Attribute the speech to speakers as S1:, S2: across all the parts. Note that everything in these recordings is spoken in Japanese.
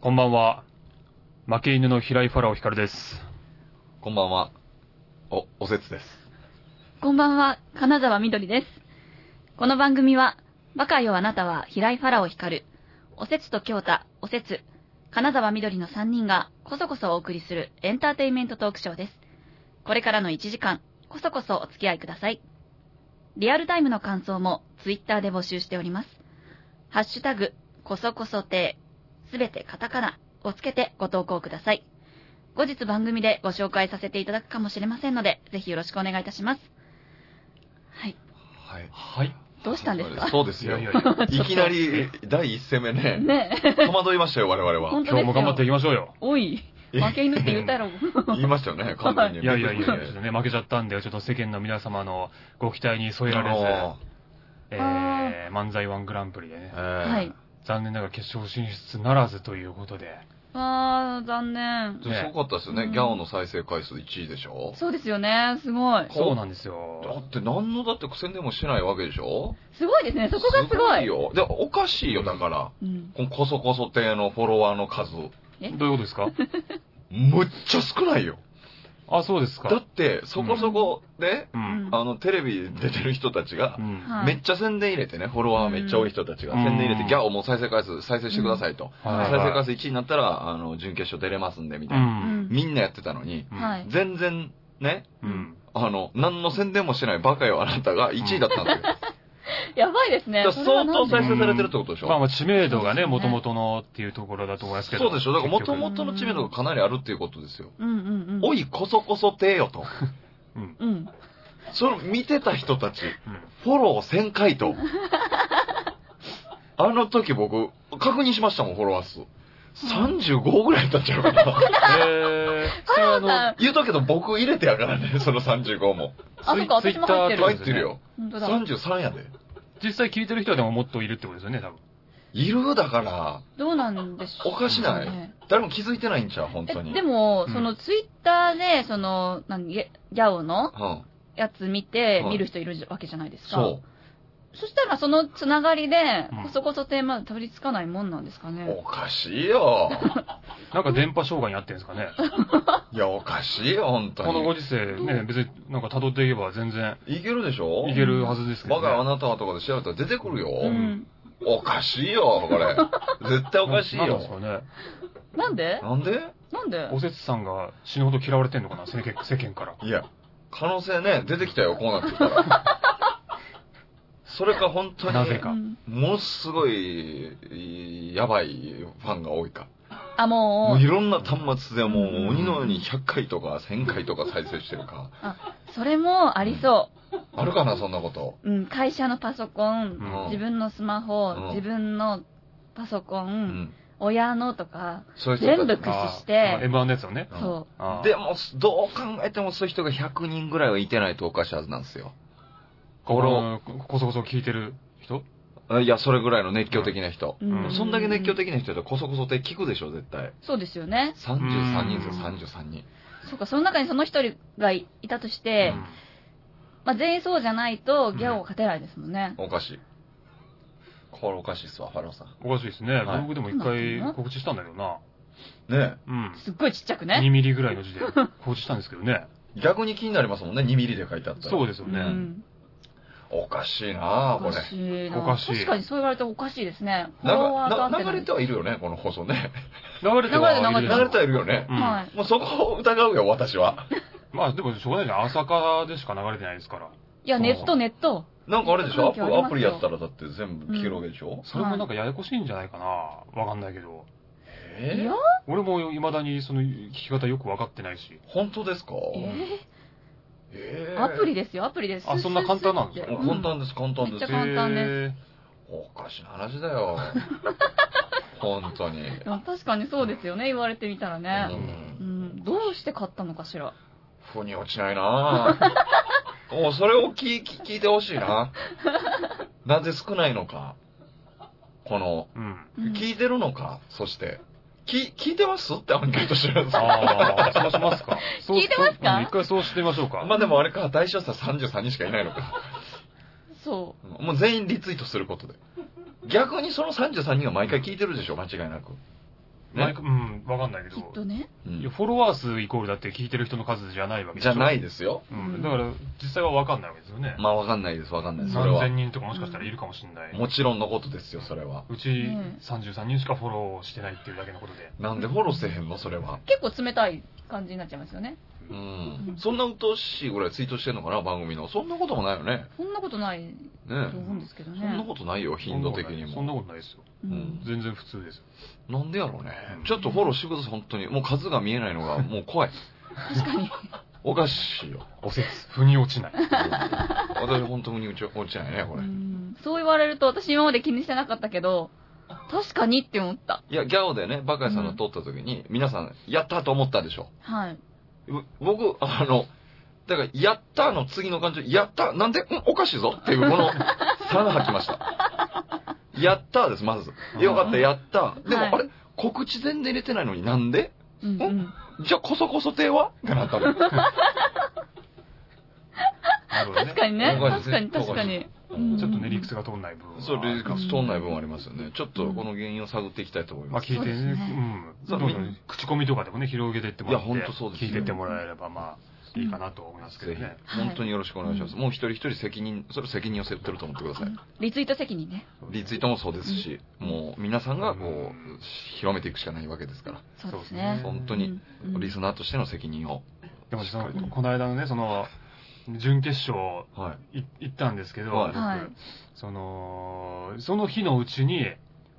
S1: こんばんは。負け犬の平井ファラオ光です。
S2: こんばんは。お、おせつです。
S3: こんばんは、金沢みどりです。この番組は、バカよあなたは平井ファラオ光る、おせつと京太、おせつ、金沢みどりの3人がこそこそお送りするエンターテインメントトークショーです。これからの1時間、こそこそお付き合いください。リアルタイムの感想もツイッターで募集しております。ハッシュタグ、こそこそてすべてカタカナをつけてご投稿ください。後日番組でご紹介させていただくかもしれませんので、ぜひよろしくお願いいたします。はい。
S2: はい。
S1: はい。
S3: どうしたんですか
S2: そうです
S1: いや
S2: よ。い
S1: いやいや、
S2: きなり、第一戦目ね、
S3: ねえ。
S2: 戸惑いましたよ、我々は
S3: 本。当
S1: 今
S3: で
S1: 日も
S3: すよ。
S1: 頑張っていきましょうよ。
S3: おい、負け犬って言うたろ。
S2: 言いましたよね、完全に。
S1: いやいやいや、ち
S2: び
S1: ょ
S2: っ
S1: っ
S2: く
S1: と
S2: り
S1: ね、負けちゃったんで、ちょっと世間の皆様のご期待に添えられ
S2: あ
S1: ず、えー、漫才ワングランプリでね
S2: ー、えー
S3: はい。
S1: 残念ながら決勝進出ならずということで、
S3: あー、残念。
S2: ちょっとすごかったですよ
S3: う
S2: ね。
S3: ん
S2: ギャオの再生回数1位でしょ
S3: そうですよね。すごい。
S1: そうなんです
S2: だ
S1: よ。
S2: って何のだって苦戦でもしてないわけでしょ
S3: すごいですね。そこがすごい。
S2: よ。で、おかしいよ、だから。
S3: うん。
S2: このこそこそ亭のフォロワーの数。
S3: え
S1: どういうことです か
S2: むっちゃ少ないよ。
S1: あ、そうです
S2: だ
S1: か
S2: っ。て、そこそこで、
S1: うん。
S2: あの、テレビ出てる人たちが
S1: う、ん。
S3: はい
S2: めっちゃ宣伝入れてね、フォロワーめっちゃ多い人たちが、
S1: うん
S2: 宣伝入れて、ギャオもう再生回数、再生してくださいと。
S1: はい
S2: 再生回数1位になったら、あの、準決勝出れますんで、み
S1: う
S2: たいな。
S1: ん。
S2: みんなやってたのに、
S1: うん
S3: はい
S2: 全然、ね、
S1: うん。
S2: あの、何の宣伝もしてないバカよ、あなたが1位だったんですよ。だか
S3: やばいですね。
S2: ら
S3: それ
S2: 相
S3: はな
S2: 当
S3: んで
S2: 再生されてるってことでしょ、
S1: まあまあ、知名度がね、
S3: そう
S1: も
S3: です
S1: と
S3: ね
S1: もとのっていうところだと思いますけど。
S2: そうでしょだから、も
S1: 結
S2: と
S1: 局
S2: もとの知名度がかなりあるっていうことですよ。
S3: うんうんうん。
S2: おい、こそこそてよと。
S1: うん。
S3: うん。
S2: その、見てた人たち、
S1: うん
S2: フォロー1000回 と。あの時僕、確認しましたもん、フォロワー数。35ぐらいだったんちゃうか な。
S1: えー、それはあの、
S3: あ
S2: 言うとくけど僕入れてやからね、その35も。
S3: あそっか
S1: ツイ
S3: 私も入ってる
S2: 入ってる。よ。
S3: 本当だ。
S2: 33やで。
S1: 実際聞いてる人はでももっといるってことですよね、多分。
S2: いるだから、
S3: どうなんでしょう、
S2: おかしない
S3: ね
S2: 誰も気づいてないんちゃう、本当
S3: え、
S2: に。
S3: でも
S1: う、ん
S3: そのツイッターで、その、何、ギャギャオの
S2: うん。
S3: やつ見て、
S2: はい
S3: 見る人いるわけじゃないですか。
S2: そ
S3: そしたら、そのつながりで
S1: うん、
S3: こそこそって、まだたどり着かないもんなんですか
S2: う。お
S3: ね。
S2: かしい よ。
S1: なんか電波障害にあってるんですかね。
S2: いや、おかしいよ、本当
S1: このご
S2: に。
S1: 時世ね、別になんか辿っていけば全然
S2: いけるでしょ
S1: いけるはずですけど、
S2: 我
S1: ね。
S2: があなたはとかで調べたら出てくるよ。
S3: うん。
S2: おかしいよ、これ。絶対おかしい
S1: ななん
S2: よ
S1: で。すかね。
S3: なんで
S2: なんで
S3: なんで
S1: おせつさんが死ぬほど嫌われてんのかな、世間世間から。
S2: いや、可能性ね、出てきたよ、こうなってきたら。それか本当に、
S1: なぜか
S3: うん
S2: ものすごい、やばいファンが多いか。
S3: あ、
S2: も
S3: も、
S2: ういうろんな端末でも
S3: う
S2: うん鬼のように100回とか1000回とか再生してるか。
S3: それもありそ
S2: あるかな、そんなこと。
S3: う。うん、会社のパソコ
S1: う
S3: ン、
S1: ん
S3: 自分のスマホ
S2: うん、
S3: 自分のパソコ
S2: う
S3: ン、
S2: ん。
S3: 親のとか、
S2: そういう人
S3: 全部
S2: たち
S3: 駆使して
S1: あーあ M1 のやつをね。
S2: うん
S3: そ
S1: あー
S2: でも、どう考えてもそういう人が100人ぐらいはいてないとおかしいはずなんですよ。
S1: こ
S2: 心
S1: の、こそこそ聞いてる人
S2: あいや、それぐらいの熱狂的な人。
S3: う。
S1: んう
S2: そんだけ熱狂。的な人だとこそこそって聞くでしょ、絶対。
S3: そうですよね。
S2: 33人ですよ、
S1: うん
S2: 33人。
S3: そうか、その中にその一人がいいたとし
S1: う
S3: て、
S1: ん
S3: まあ、全員そうじゃないと、
S1: ん
S3: ギャオを勝てないですもんね。
S2: おかしい。これおかしいっすわ、ファローさん。
S1: おかしいですね。
S2: はい
S1: 僕でも一回告知したんだけどな。
S2: ね
S1: うん。
S3: すっごいちっちゃくね。
S1: 2ミリぐらいの字で告知したんですけどね。
S2: え逆に気になりますもんね、2ミリで書いてあったら。
S1: そうですよ
S3: う
S1: ね。
S3: ん
S2: おかしいなぁ、こ
S3: お
S2: れ
S3: か。しいな
S1: おかしい
S3: 確かにそう言われたらおかしいですね。フォロワーと合
S2: な
S3: っ
S2: な
S3: てな
S2: 流
S3: い
S2: れてはいるよね、この放送ね。
S1: 流れては
S3: 流れ
S2: 流
S3: てる
S2: れてはいるよね
S1: う。ん
S3: はい。
S2: もうそこを疑うよ、私は。
S1: まあでもしょうがないじゃん。朝霞でしか流れてないですから。
S3: いや、ネット、ネット。
S2: なんかあれでしょア
S3: 環
S2: プ
S3: 境ありますよ
S2: アプリやったらだって全部聞けるわけでしょ、
S1: それもなんかややこしいんじゃないかな。わかんないけど。
S3: い
S2: え
S3: や
S2: ー、
S1: 俺も未だにその聞き方よくわかってないし。
S2: 本当ですか
S3: え
S2: え
S3: ー、アプリ
S2: で
S3: ですよ、アプリです。
S1: あそんな簡単なの
S3: スースーって
S2: 簡単です、簡単
S3: めっ
S2: で
S3: ち
S2: す
S3: ゃ。簡単です
S1: へ
S2: おかしな話だ よ。本当に。
S3: でも確かにそうですよね、言われてみたら
S2: う
S3: ね。うんん、どうして買ったのかしら。
S2: 腑に落ちな いなぁ。もうそれを聞い聞聞いてほしいな。なぜ少ないのか。この、
S1: ーうん。
S3: うん
S2: 聞いてるのか、そして。き、聞いてますってアンケートしてるんですよ。
S1: ああ、そうします か。そう
S3: 聞いてますか
S1: うん一回そうしてみましょうか。
S2: まあでもあれか、対象者33人しかいないのか。
S3: そ
S2: もう全員リツイートすることで。逆にその33人は毎回聞いてるでしょ、間違いなく。
S1: マイ
S2: ね。
S1: ク、うん、わかんないけ
S3: きっ
S1: ど
S3: と。ね。
S2: う
S1: いや
S2: ん、
S1: フォロワー数イコールだって聞いてる人の数じゃないわけでし
S2: じ
S1: ょ
S2: ゃない。ですよ。
S1: うん。だから、実際はわかんないわけですよね。
S2: まあわかんないです、わかんない。それ
S1: 何
S2: は
S1: 千。人とかもしかしたらいるかもしれない。
S2: もちろんのことですよ、それは。
S1: うち
S3: ね
S1: 33人しかフォローしてないっていうだけのことで。
S2: なんでフォローせへんの、それは。
S3: 結構冷たい感じになっちゃいますよね。
S2: うん
S3: う。ん
S2: そんな鬱陶しいぐらいツイートしてんのかな、番組の。そんなこともないよね。
S3: そんなことないと
S2: ね
S3: 思うんですけど
S2: そんな
S3: ね。
S2: ことないよ、頻度的に
S1: そん
S2: も。
S1: なことないですよ。
S3: う
S2: うん
S3: ん。
S1: 全然普通ですよ。
S2: なんでやろうね。ちょっとフォローしてください、本当に。もう数が見えないのが、もう怖い。
S3: 確かに。
S2: おかしいよ。
S1: おせつ、腑に落ちない。
S2: うん私、本当にうち落ちないね、こ
S3: う
S2: れ。
S3: んそう言われると私今まで気にしてなかったけど、確かにって思った。
S2: いや、ギャオでね、バカイさんの撮った時に、皆さん、やったと思ったでしょ。
S3: はい。
S2: う僕、あの、だから、やったの次の感じ、やったなんで、うんおかしいぞっていう、この、さら吐きました。やったです、まず。よかった、やった。でも、
S3: はい
S2: あれ告知全然入れてないのになんで
S3: うんうん。
S2: じゃあ、こそこそ亭はってなったの。
S1: なるほどね
S3: 確かにね。
S2: そうかもし
S3: 確か
S2: れ
S3: に
S2: ん
S3: 確かに。うん
S1: ちょっとね、理屈が通んない部分は。
S2: そう、レイカス通んない分はありますよね。ちょっとこの原因を探っていきたいと思い
S1: まあ
S2: ます。
S1: 聞いて
S3: そう
S1: ね、
S3: で
S1: う
S3: すね
S1: ん。
S2: そ
S1: ど
S2: うん
S1: どん口コミとかでもね、広げてってもらって。
S2: いやほんとそうです
S1: 聞
S2: よ
S1: いてってもらえれば、まあ、いいかなと思いますけど
S2: ぜひ
S1: ね。、
S3: はい
S2: 本当によろしくお願いします。
S3: う
S2: もう一人一人責任、それ責任を背負ってると思ってください。
S3: リツイート責任ね。
S2: リツイートもそうですし、もう皆さんがこ
S1: う、
S2: うん広めていくしかないわけですから、
S3: そう
S1: そ
S3: です
S1: うですね
S3: ね。
S2: 本当に
S3: うんうん
S2: リスナーとしての責任を。
S1: でもそ
S2: しっ
S1: の
S2: かりと
S1: この間のね、その、準決勝
S2: はい
S1: 行ったんですけど、
S2: はい
S3: はい
S1: その、その日のうちに、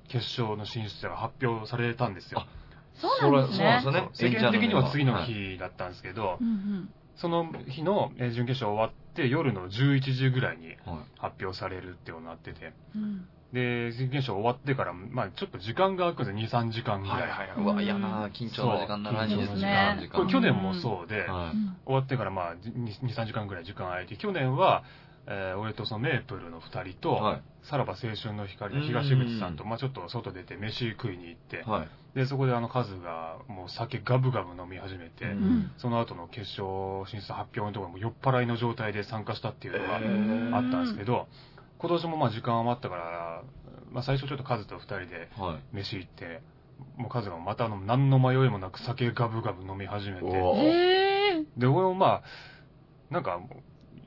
S1: 決勝の進出者が発表されたんですよ。
S3: そうなんです
S2: そら
S3: ね
S2: そう。なんです
S1: 世
S2: よね
S1: 間的には次の日だったんですけど、
S3: うんうん
S1: その日のえー準決勝終わって夜の11時ぐらいに
S2: い。は
S1: 発表されるっていうのになってて、
S3: うん
S1: で、準決勝終わってから、まあちょっと時間が空くんですよ、2、3時間
S2: い。
S1: ぐらい。
S2: うわ、嫌な緊張の時間だな、
S1: そう
S2: 緊張の時間。時
S1: こ
S2: 間
S1: れ去年もそうで、
S2: は
S3: う
S2: い。
S3: ん
S1: 終わってからまあ2、3時間ぐらい時間空いて、去年は、えー俺とそのメープルの2人と、
S2: は
S1: さらば青春の光の東口さんと、まあちょっと外出て飯食いに行って
S2: い。、はい。
S1: で、そこであのカズがもう酒ガブガブ飲み始めて、
S2: う
S3: うんん
S1: その後の決勝進出発表のところも酔っ払いの状態で参加したっていうのが
S2: えー
S1: あったんですけど、今年もまあ時間余ったから、まあ最初ちょっとカズと二人で
S2: はい。
S1: 飯行って、もうカズがまたあの何の迷いもなく酒ガブガブ飲み始めて、
S2: おー
S3: え
S1: で、俺もまあ、なんか、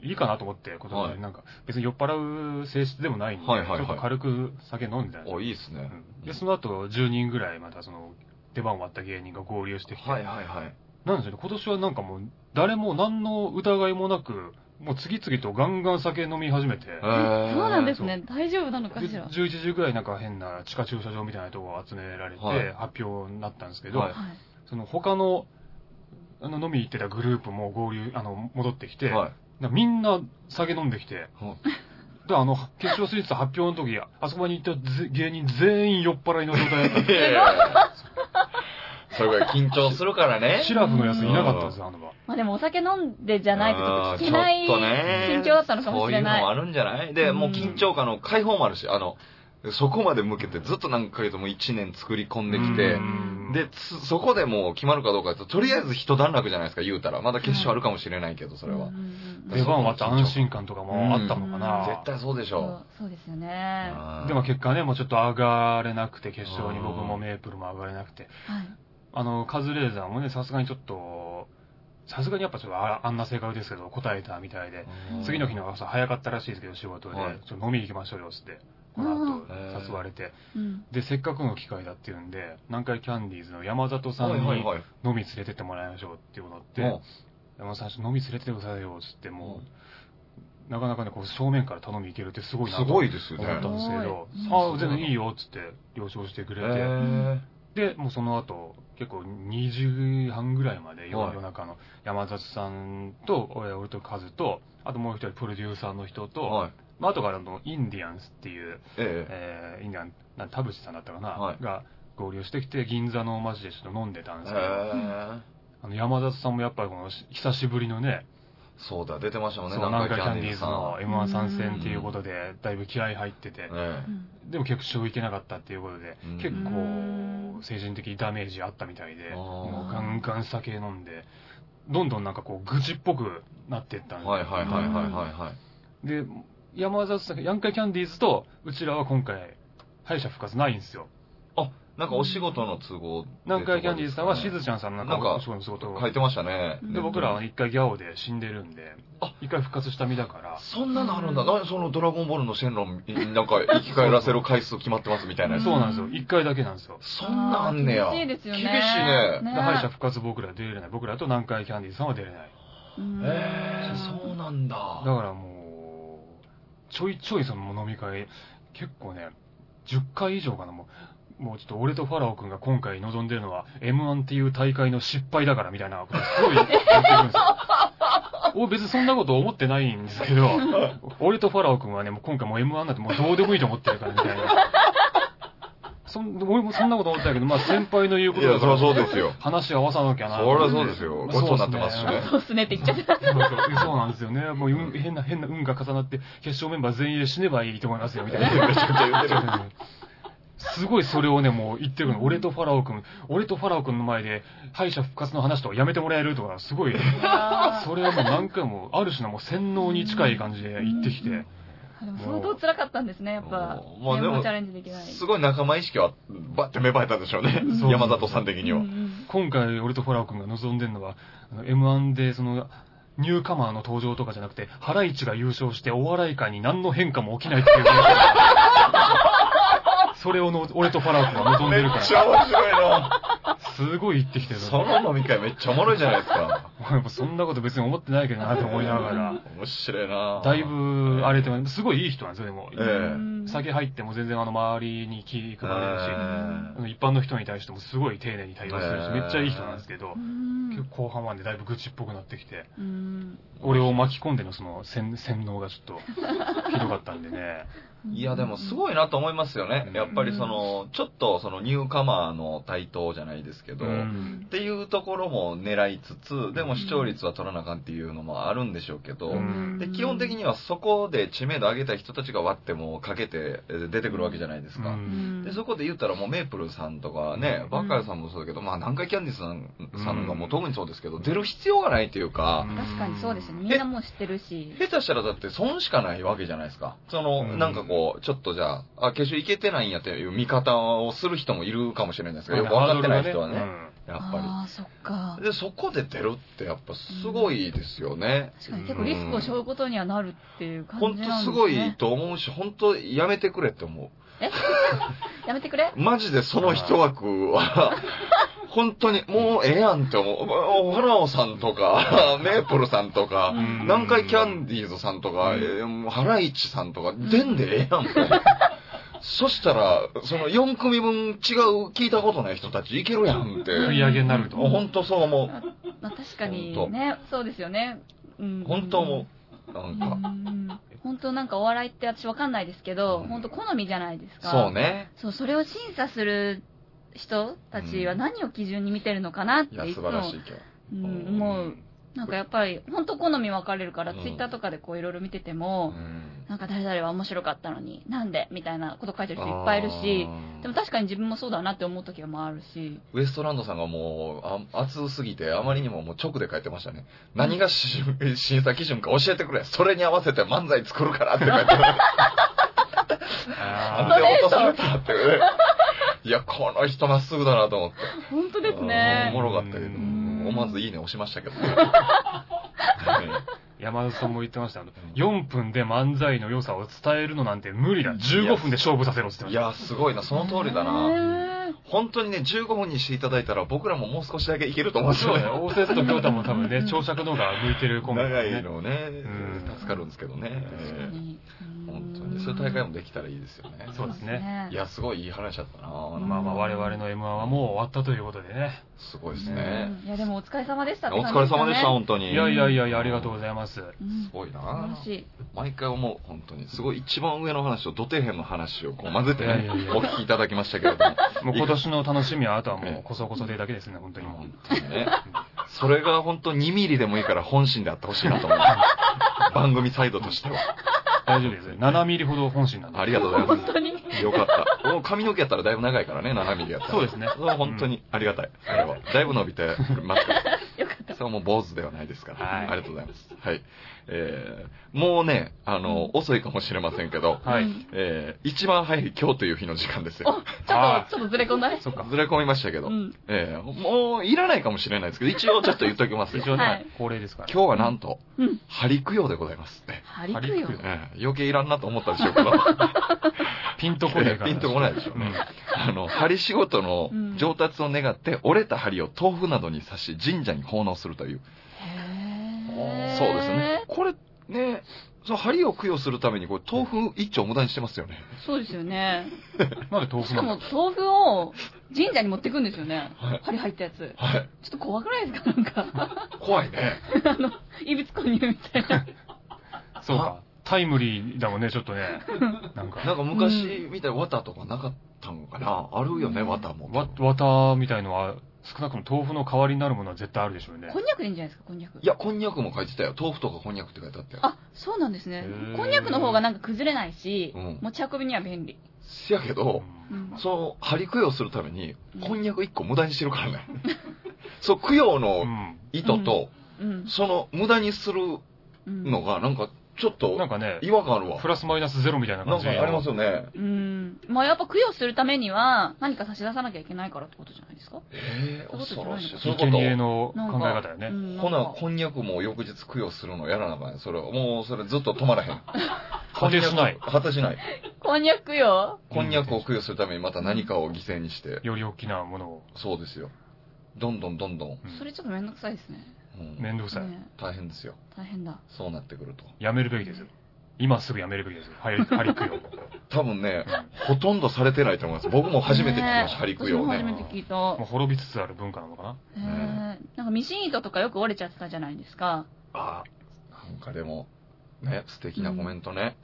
S1: いいかなと思って、今年、
S2: はい
S1: なんか、別に酔っ払う性質でもないんで、
S2: はいはいはい
S1: ちょっと軽く酒飲んでたんですよ
S2: お、いいですね。
S1: うんで、その後10人ぐらいまたその、出番終わった芸人が合流してきて、
S2: はいはいはい。
S1: なんでしょうね、今年はなんかもう、誰も何の疑いもなく、もう次々とガンガン酒飲み始めて、
S2: え
S3: ー
S2: ー
S3: そうなんですね。大丈夫なのか
S1: で
S3: しら。
S1: 11時ぐらいなんか変な地下駐車場みたいなとこを集められて、
S2: はい
S1: 発表になったんですけど、
S2: はい
S3: はい
S1: その他の、あの、飲み行ってたグループも合流、あの、戻ってきて、
S2: はい。
S1: なんかみんな酒飲んできて、で、あの、決勝進出発表の時、あそこに行ったぜ芸人全員酔っ払いの状態だったんで
S2: いやいやいやそれぐらい緊張するからね。
S1: す。シラフのやついなかったんですよ、あの場。
S3: まあでもお酒飲んでじゃないとちょっと聞けな
S2: あー
S3: い
S2: ちょっとね
S3: 緊張だったのかもしれ
S2: そういうのも
S3: ない。
S2: あるんじゃないで、
S3: うん
S2: もう緊張感の解放もあるし、あの、そこまで向けてずっと何ヶ月も1年作り込んできて
S1: う、ん
S2: で、つそこでもう決まるかどうかと、とりあえず一段落じゃないですか、言うたら。まだ決勝あるかもしれないけど、それは
S3: うん。うんうん
S1: 出番終わった安心感とかもあったのか
S3: うん
S1: な。
S2: 絶対そうでし
S3: そ
S2: ょ
S3: うそうですよね。は
S2: う。
S1: でも結果ね、もうちょっと上がれなくて、決勝に僕もメープルも上がれなくて、
S3: い。
S1: あの、カズレーザーもね、さすがにちょっと、さすがにやっぱちょっとああんな性格ですけど、答えたみたいで、
S2: うん
S1: 次の日の朝早かったらしいですけど、仕事で、
S2: はい
S1: ちょっと飲みに行きましょうよ、つって、この後
S2: うん
S1: 誘われて、
S3: うん。
S1: で、せっかくの機会だっていうんで、南海キャンディーズの山里さん
S2: は
S1: に
S2: い
S1: 飲
S2: はいはい。
S1: み連れてってもらいましょうっていうことって、
S2: も
S1: 山里さんちょっと飲み連れてってくださいよ、つって、も
S2: う
S1: う、なかなかね、こう正面から頼み行けるってすごいな
S2: す
S1: と
S2: ごいですよ
S1: 思ったん
S2: ね。
S1: ですけど
S3: す、ごい
S1: ああ、全然いいよ、つって、了承してくれて、
S2: え
S1: で、もうその後、結構2時半ぐらいまで、
S2: はい
S1: 夜の中の山里さんと、えー俺とカズと、あともう一人プロデューサーの人と、
S2: ーはい。
S1: まあ、後からあのインディアンスっていう、
S2: え
S1: え
S2: え。
S1: ーインディアン、な田淵さんだったかな、
S2: はい
S1: が合流してきて、銀座の街でちょっと飲んでたん
S2: え
S1: ですけど、
S2: ー
S1: あの山里さんもやっぱりこのし久しぶりのね、
S2: そうだ、出てましたもんね、
S1: そう
S2: 南
S1: 南
S2: 海
S1: 海
S2: キ
S1: キ
S2: ャ
S1: ャ
S2: ン
S1: ンディー
S2: ディーズ
S1: ズ
S2: の
S1: の。M1 参戦っていうことで、だいぶ気合入ってて、
S2: え
S3: うん
S1: でも決勝行けなかったっていうことで、
S2: うん
S1: 結
S3: うん
S1: 構精神的ダメージあったみたいで、
S2: あー
S1: もうガンガン酒飲んで、どんどんなんかこう愚痴っぽくなってったん
S2: え
S1: で、
S2: はいはいはいはいはいはい。
S1: で、山里さん、ヤンカイキャンディーズと、うちらは今回、敗者復活ないんですよ。
S2: なんかお仕事の都合で
S1: 南海キャンディーズさんはしず
S2: ち
S1: ちゃんさんなん
S2: なんか
S1: か、お仕事の仕事を
S2: 書いてましたね。
S3: で
S1: で、僕らは一回ギャオで死んでるんで
S2: あ、
S1: 一回復活した身だから、
S2: そんなのあるんだ。なんでそのドラゴンボールのシェンロン、なんか生き返らせる回数決まってますみたいなやつ。
S1: そうなんですよ。一回だけなんですよ。
S2: そんなんあんねや。
S3: 厳しいですよね。
S2: 厳しいね。
S1: で敗者復活僕ら出れない。僕らと南海キャンディーズさんは出れない。
S3: うん
S2: えー、そうなんだ。
S1: だからもう、ちょいちょいその飲み会、結構ね、10回以上かな、もう。もうちょっと俺とファラオ君が今回望んでるのは M1 っていう大会の失敗だからみたいなことすごい言ってくるんですよ。俺別にそんなこと思ってないんですけど、俺とファラオ君はね、もう今回もう M1 なんてもうどうでもいいと思ってるからみたいな。そん俺もそんなこと思ってたけど、まあ先輩の言うこ
S2: い
S1: とだか
S2: や、そり
S1: ら
S2: ゃそうです よ。
S1: 話し合わさなきゃ
S2: そ
S1: な。
S2: りゃそうですよ。ごちそうになってますしね。
S3: そうっすねって言っちゃった。
S1: そうそう そうなんですよね。もう運変な、変な運が重なって、決勝メンバー全員で死ねばいいと思いますよ、みたいな。
S2: めちゃくちゃ言ってる。
S1: すごいそれをね、もう言ってくるの。俺とファラオ君、俺とファラオ君の前で、敗者復活の話とかやめてもらえるとか、すごい、それはもう何回も、ある種のもう洗脳に近い感じで言ってきて、
S3: あでも相当辛かったんですね、やっぱ。
S2: まあでも
S3: 年俸チャレンジできない。
S2: すごい仲間意識は、ばって芽生えたんでしょうね
S1: そ。う
S2: 山里さん的には
S3: うんう。ん
S1: 今回俺とファラオ君が望んでるのは、あの M1 でその、ニューカマーの登場とかじゃなくて、ハライチが優勝してお笑い界に何の変化も起きないっていう。 それをの俺とファラオ君が望んで
S2: め
S1: る
S2: っ
S1: か
S2: ちゃ
S1: ら、
S2: 面白いな。
S1: すごい言ってきてる。
S2: その飲み会めっちゃおもろいじゃないですか。
S1: やっぱそんなこと別に思ってないけどなって思いながら、
S2: 面白いな。
S1: だいぶ荒れてます。すごいいい人なんですよ、でも。
S2: え
S3: うん
S1: 酒入っても全然あの周りに気配られるし、あの一般の人に対してもすごい丁寧に対応するし、
S2: ええ
S1: めっちゃいい人なんですけど
S3: う、ん
S1: 結構後半までだいぶ愚痴っぽくなってきて、
S3: うん
S1: 俺を巻き込んでのその洗洗脳がちょっと ひどかったんでね。
S2: いや、でもすごいなと思いますよね
S1: う。ん
S2: やっぱりその、ちょっとそのニューカマーの台頭じゃないですけど、
S1: う
S2: っ
S1: ん
S2: ていうところも狙いつつ、でも視聴率は取らなあかんっていうのもあるんでしょうけど、
S1: うん
S2: で基本的にはそこで知名度上げた人たちが割ってもかけてえー出てくるわけじゃないです
S1: う
S2: か。
S1: ん
S2: でそこで言ったらもうメープルさんとかね
S1: う、ん
S2: バカヤさんもそうだけど、まあ南海キャンディーズさんさんがもう
S1: うん
S2: 特にそうですけど、出る必要がないというか、
S3: 確かにそうですよね。みんなもう知ってるし。
S2: 下手したらだって損しかないわけじゃないですか。その、
S1: うん
S2: なんかこう、ちょっとじゃあ、あ、決勝いけてないんやっていう見方をする人もいるかもしれないですけど、よくわかってない人はね、やっぱ
S3: ああ、そっか
S2: り。。で、そこで出るってやっぱすごいですよね。
S3: 確かに結構リスクを背負うことにはなるっていう感じ
S2: 本当
S3: なんですすね。
S2: ごいと思うし、本当やめてくれって思う。
S3: やめてくれ。
S2: マジでその一枠は、本当にもうええやんって思う。ファラオさんとか、メープルさんとか、
S1: うん
S2: 南海キャンディーズさんとか、
S1: うん
S2: えーもうハライチさんとか、出んでええやんって。そしたら、その4組分違う聞いたことない人たちいけるやんって。
S1: 食い上げになると。
S2: 本当そう思う。
S3: まあ確かにね、そうですよね。うん
S2: 本当思う。な
S3: うん
S2: か、
S3: ん本当なんかお笑いって私わかんないですけど、本当好みじゃないですか。
S2: そう。ね。
S3: そう、それを審査する人たちは何を基準に見てるのかなって
S2: いや、
S3: いつ
S2: 素
S3: も、
S2: 晴らしいけど。
S3: うん、思う。なんかやっぱり、本当好み分かれるから、
S2: うん
S3: ツイッターとかでこういろいろ見てても、なんか誰々は面白かったのに、なんでみたいなこと書いてる人いっぱいいるし、でも確かに自分もそうだなって思う時もあるし、
S2: ウエストランドさんがもう、あ熱すぎて、あまりにももう直で書いてましたね。何がし 審査基準か教えてくれ。それに合わせて漫才作るからって書いてました。な
S1: あ
S2: んで落とされたっていうね。いや、この人まっすぐだなと思って。
S3: 本当です
S2: うんお
S3: ね。
S2: もろかったけど、
S1: うん
S2: 思わずいいね押しましたけどね。
S1: ー山田さんも言ってました。あの4分で漫才の良さを伝えるのなんて無理だ。15分で勝負させろって言っ
S2: い
S1: てま
S2: や、すごいな。その通りだな。
S3: な。
S2: 本当にね、15分にしていただいたら僕らももう少しだけいけると思うんです
S1: した。そ
S2: よ
S1: う
S2: ね
S1: ね。。応接と京太も多分ね、朝食の方が向いてるコンビ
S2: 長
S1: ね
S2: い。のね
S1: うん、
S2: 助かるんですけどね。
S3: 確かに。
S2: 本当に。そういう大会もできたらいいですよね。
S1: そうですね
S2: いや、すごいいい話だったな
S3: うん
S1: まあまあ我々の M1 はもう終わったということでね。
S2: すごいです
S3: う
S2: ね。
S3: んいや、でもお疲れ様でしたって
S2: お
S3: 感
S2: 疲れ
S3: じ
S2: 様でした、
S3: よね
S2: 本当に。
S1: いやいやいやいや、ありがとうございます。
S3: うん
S2: すごい
S3: 素晴
S2: な
S3: らしい。
S2: 毎回思う、本当に。すごい、一番上の話と土底辺の話をこう混ぜて
S1: いやい
S2: ね
S1: やい、や
S2: お聞きいただきましたけれど
S1: も
S2: も。
S1: う今年の楽しみはあとはもうこそこそでだけですね、本当にもう
S2: 本。当にね。それが本当2ミリでもいいから本心であってほしいなと思う。番組サイドとしては。
S1: 大丈夫です。7ミリほど本心なんで。
S2: ありがとうございます
S3: 本。当に。
S2: よかった。もう髪の毛やったらだいぶ長いからね、7ミリやったら。
S1: そうですね
S2: れは本当にありがたい。あれは。だいぶ伸びてますから。
S3: よかった。
S2: さんも坊主ではないですから。
S1: はい
S2: ありがとうございます。はい。えー、もうね、あの、遅いかもしれませんけど、
S1: は
S3: う
S1: い。
S3: ん
S2: えー、一番早い今日という日の時間です
S3: お、ち
S2: よ。
S3: ょっ
S1: あ
S3: と、ちょっとずれ込んだね。
S1: そっか。
S2: ずれ込みましたけ
S3: う
S2: ど、
S3: ん。
S2: えー、もういらないかもしれないですけど、一応ちょっと言っときます よ。
S1: 一応
S3: は
S1: ね
S3: い、
S1: 恒例ですから。
S2: 今日はなんと、
S3: うん。
S2: 張り供養でございます。え
S3: 張りくよ
S1: 張り。くよ
S2: ー余計いらんなと思ったでしょうけど、
S1: ピンとこないから。
S2: ピンとこないでしょ
S1: う。ん。
S2: あの、針仕事の上達を願って、折れた針を豆腐などに刺し、神社に奉納するという。
S3: へー
S2: そうですね。。これ、ね、その針を供養するために、これ、豆腐一丁無駄にしてますよね。
S3: そうですよね。
S1: なんで豆
S3: し
S1: 腐
S3: か
S1: なの
S3: も豆腐を神社に持ってくんですよね
S2: はい。
S3: 針入ったやつ。ちょ
S2: はい。
S3: っと怖くないですかなん か。
S2: 怖いね。
S3: あの、異物混入みたいな。
S1: そうか。タイムリーだもんね、ちょっとね。なん
S2: な
S1: か、
S2: んか昔みたいに綿とかなかったのかな。あるよね、綿も。
S1: わ、綿みたいのは、少なくとも豆腐の代わりになるものは絶対あるでしょうね。
S3: こんにゃくでいいんじゃないですか、こんにゃく。
S2: いや、こんにゃくも書いてたよ。豆腐とかこんにゃくって書いてあったよ。
S3: あ、そうなんですね
S1: へ。ー
S3: こんにゃくの方がなんか崩れないし
S2: う、ん。
S3: 持ち運びには便利。
S2: せやけど、
S1: う
S3: うんん
S2: その、針供養するために
S3: う、ん
S2: こんにゃく一個無駄にしてる からね。そう、供養
S1: う
S2: の
S1: ん。
S2: 糸と、
S3: うん。
S2: その、無駄にする
S3: うん
S2: のが、なんか、ちょっ
S1: なん
S2: と、
S1: かね、
S2: 違和感あるわ
S1: プ。ラスマイナスゼロみたいな
S2: な
S1: 感
S2: ん
S1: じ
S2: かありますよね。
S3: うん。まあやっぱ供養するためには何か差し出さなきゃいけないからってことじゃないですか
S2: ええ
S3: そういうことじ
S2: 恐
S3: ゃな
S2: ろ
S3: いの
S2: しい。
S3: か
S2: そういうこ
S1: 生
S2: と。
S1: 贄の
S3: なん
S1: 考
S3: か
S1: え方よね。
S3: うん
S2: ほ
S3: な
S2: な、
S3: んか
S2: こんにゃくも翌日供養するのやらなあかんやそれはもう、それずっと止まらへん。
S1: 果てしない
S2: こんにゃく果てしない。
S3: こんにゃくよ。
S2: こんにゃくを供養するためにまた何かを犠牲にして、
S1: より大きなものを。
S2: そうですよ。どんどんどんどん、
S1: うん
S3: それちょっとめんどくさいですね。
S2: うん
S1: めんどくさい。
S3: ね
S2: 大変ですよ。
S3: 大変だ。
S2: そうなってくると。
S1: やめるべきですよ。今すぐやめるべきですよ。はり、はりくよ。
S2: 多分ね、ほとんどされてないと思います。僕も初めて聞きました、張り供養
S3: 私も
S2: ね。
S3: 初めて聞いた
S1: もう。滅びつつある文化なのかな。
S3: へーなんかミシン糸とかよく折れちゃってたじゃないですか。
S2: ああ、なんかでも、ね、素敵なコメントね。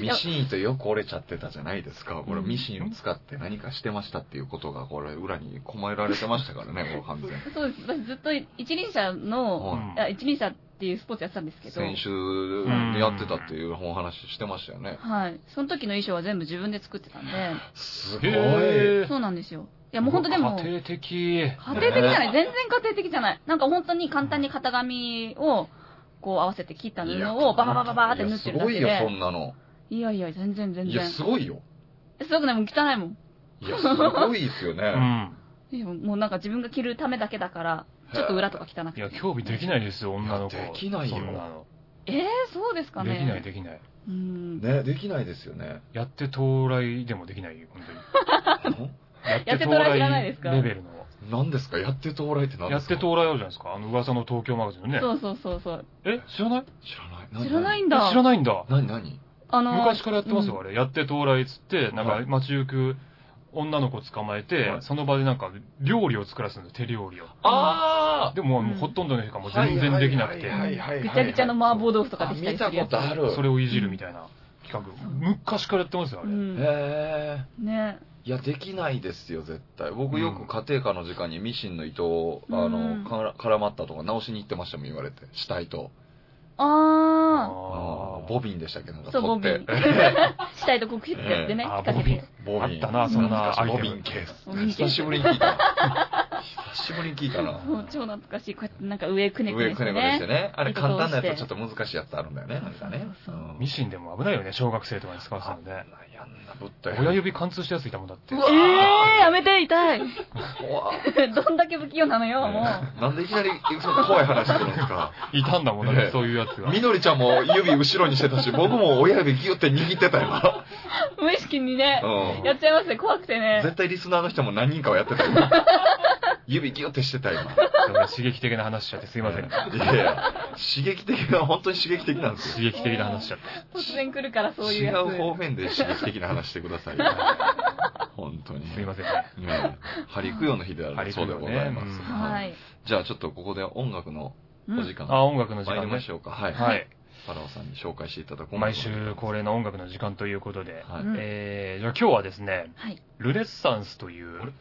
S2: ミシン糸よく折れちゃってたじゃないですか。これ
S3: うん
S2: ミシンを使って何かしてましたっていうことが、これ裏に込められてましたからね、もう完全に。
S3: そうです。私ずっと一輪車の、
S1: うん
S3: あ一輪車っていうスポーツやってたんですけど、
S2: 先週やってたっていうお話してましたよね。
S3: はい。その時の衣装は全部自分で作ってたんで、
S2: すごい。
S1: へー
S3: そうなんですよ。いやもう本当でも、
S1: 家
S3: 家
S1: 庭的。
S3: 庭的じゃない。全然家庭的じゃない。なんか本当に簡単に型紙を、こう合わせて切った布
S2: いや
S3: をバババババーって縫ってるだけで。
S2: いやすごいよ、そんなの。
S3: いやいや、全然全
S2: いや、
S3: 然。
S2: すごいよ。
S3: すごくないもう汚いもん。
S2: いや、すごいですよ
S1: う
S2: ね。
S1: ん。
S3: いやもうなんか自分が着るためだけだから、ちょっと裏とか汚く
S1: い
S3: て。
S1: や、興味できないですよ、女の子。
S2: いやできないよ
S1: そんなの。
S3: えー、そうですかね。
S1: できない、できない。
S3: うん。
S2: ね、できないですよ ね。
S1: やって到来でもできないよ、本当に。
S2: あの
S1: や
S3: って到来知らないですか
S1: レベルの。
S2: 何ですかやって到来って何
S1: や
S2: で
S1: っ
S2: すか
S1: て到来あるじゃないですか。あの噂の東京マガジンのね。
S3: そうそうそうそう。
S1: え、知らない
S2: 知らない何。
S3: 知らないいんだ。
S1: え知らないんだ。
S2: 何何
S3: あのー
S1: 昔からやってますよ、
S3: うん
S1: あれ。やって到来っつって、なん
S2: は
S1: か
S2: い
S1: 街行く女の子捕まえて、
S2: はい
S1: その場でなんか料理を作らすんだよ、手料理を。
S2: ああ
S1: でも、
S3: うん
S1: もうほとんどの人がもう全然できなくて、
S2: はいはいはいはいはい
S3: ぐちゃぐちゃの麻婆豆腐とか
S2: あ
S3: できた
S2: 見
S3: りす
S2: た
S3: るや
S2: こ
S3: つ。
S2: とある。
S1: それをいじるみたいな企画。昔からやってますよ、あ
S3: う
S1: れ。
S3: ん。ね
S2: へえ。いや、できないですよ、絶対。僕よく家庭科の時間にミシンの糸を、あ
S3: うん
S2: の、から絡まったとか直しに行ってましたもん、言われて。下糸。
S3: あ
S1: あ
S2: あー
S1: ー
S2: ボビンでしたっけなん
S3: あ。
S2: か
S3: そう、ボ
S2: 取っ
S3: ビン
S2: て。。
S3: したいとこクイッてやって
S1: ええ
S3: ね、引っ
S1: あ
S3: 掛け
S1: ボビン
S3: て。
S2: ボビン。
S1: あったなそんな
S2: 懐かしい
S1: アイテム
S2: ボビンケース。
S3: ボビンケース
S2: 久しぶりに聞いた。久しぶりに聞いたな。
S3: そう、超懐かしい。こうやってなんか上くねく
S2: 上
S3: ねし
S2: くね
S3: て
S2: くねして。
S3: ね
S2: ね。あれ
S3: 糸
S2: 簡単な
S3: 通
S2: や
S3: して
S2: つちょっと難しいやつあるんだよね、なんかね。
S3: そうそうそう
S2: うん
S1: ミシンでも危ないよね、小学生とかに使わせたのね。
S2: やんなぶったよ
S1: 親指貫通したやついたもんだって
S2: う。
S3: え
S2: わ
S3: えー、やめて、痛い。
S2: 怖っ
S3: どんだけ不器用なのよ、もう。
S2: なんでいきなりその怖い話するんで すか
S1: いたんだもんだっ
S2: ね
S1: て、
S2: え
S1: そういうやつが。
S2: みのりちゃんも指後ろにしてたし、僕も親指ギュって握ってた よ。
S3: 無意識にね、
S2: うん
S3: やっちゃいますね、怖くてね
S2: 絶。対リスナーの人も何人かはやって たよ。指ギュってしてたよ。
S1: だから刺激的な話しちゃってすいません。
S2: いやいや、刺激的な、本当に刺激的なんです
S1: 刺
S2: よ。
S1: 激的な話しちゃって。
S3: 突然来るから、そういう
S2: 違
S3: やつ。
S2: う方面で刺激的な話してくださいよ。本当に。
S1: すいませんね。
S2: ねハリクヨの日であ
S1: 張
S2: る
S1: り
S2: そ
S1: 供養ね
S2: うでございます。
S1: うん
S3: はい。
S2: じゃあちょっとここで音楽の
S3: う
S2: お
S3: ん
S2: 時間、
S1: あ、音楽の時
S2: 参
S1: 間
S2: りま
S1: ね
S2: し。ょうか。はい。
S1: はい。
S2: パラオさんに紹介していただこう
S1: 毎週恒例の音楽の時間ということで。
S2: はい。
S3: うん
S1: えー、じゃあ今日はですね、
S3: はい。
S1: ルネッサンスとい
S2: あれ
S1: う、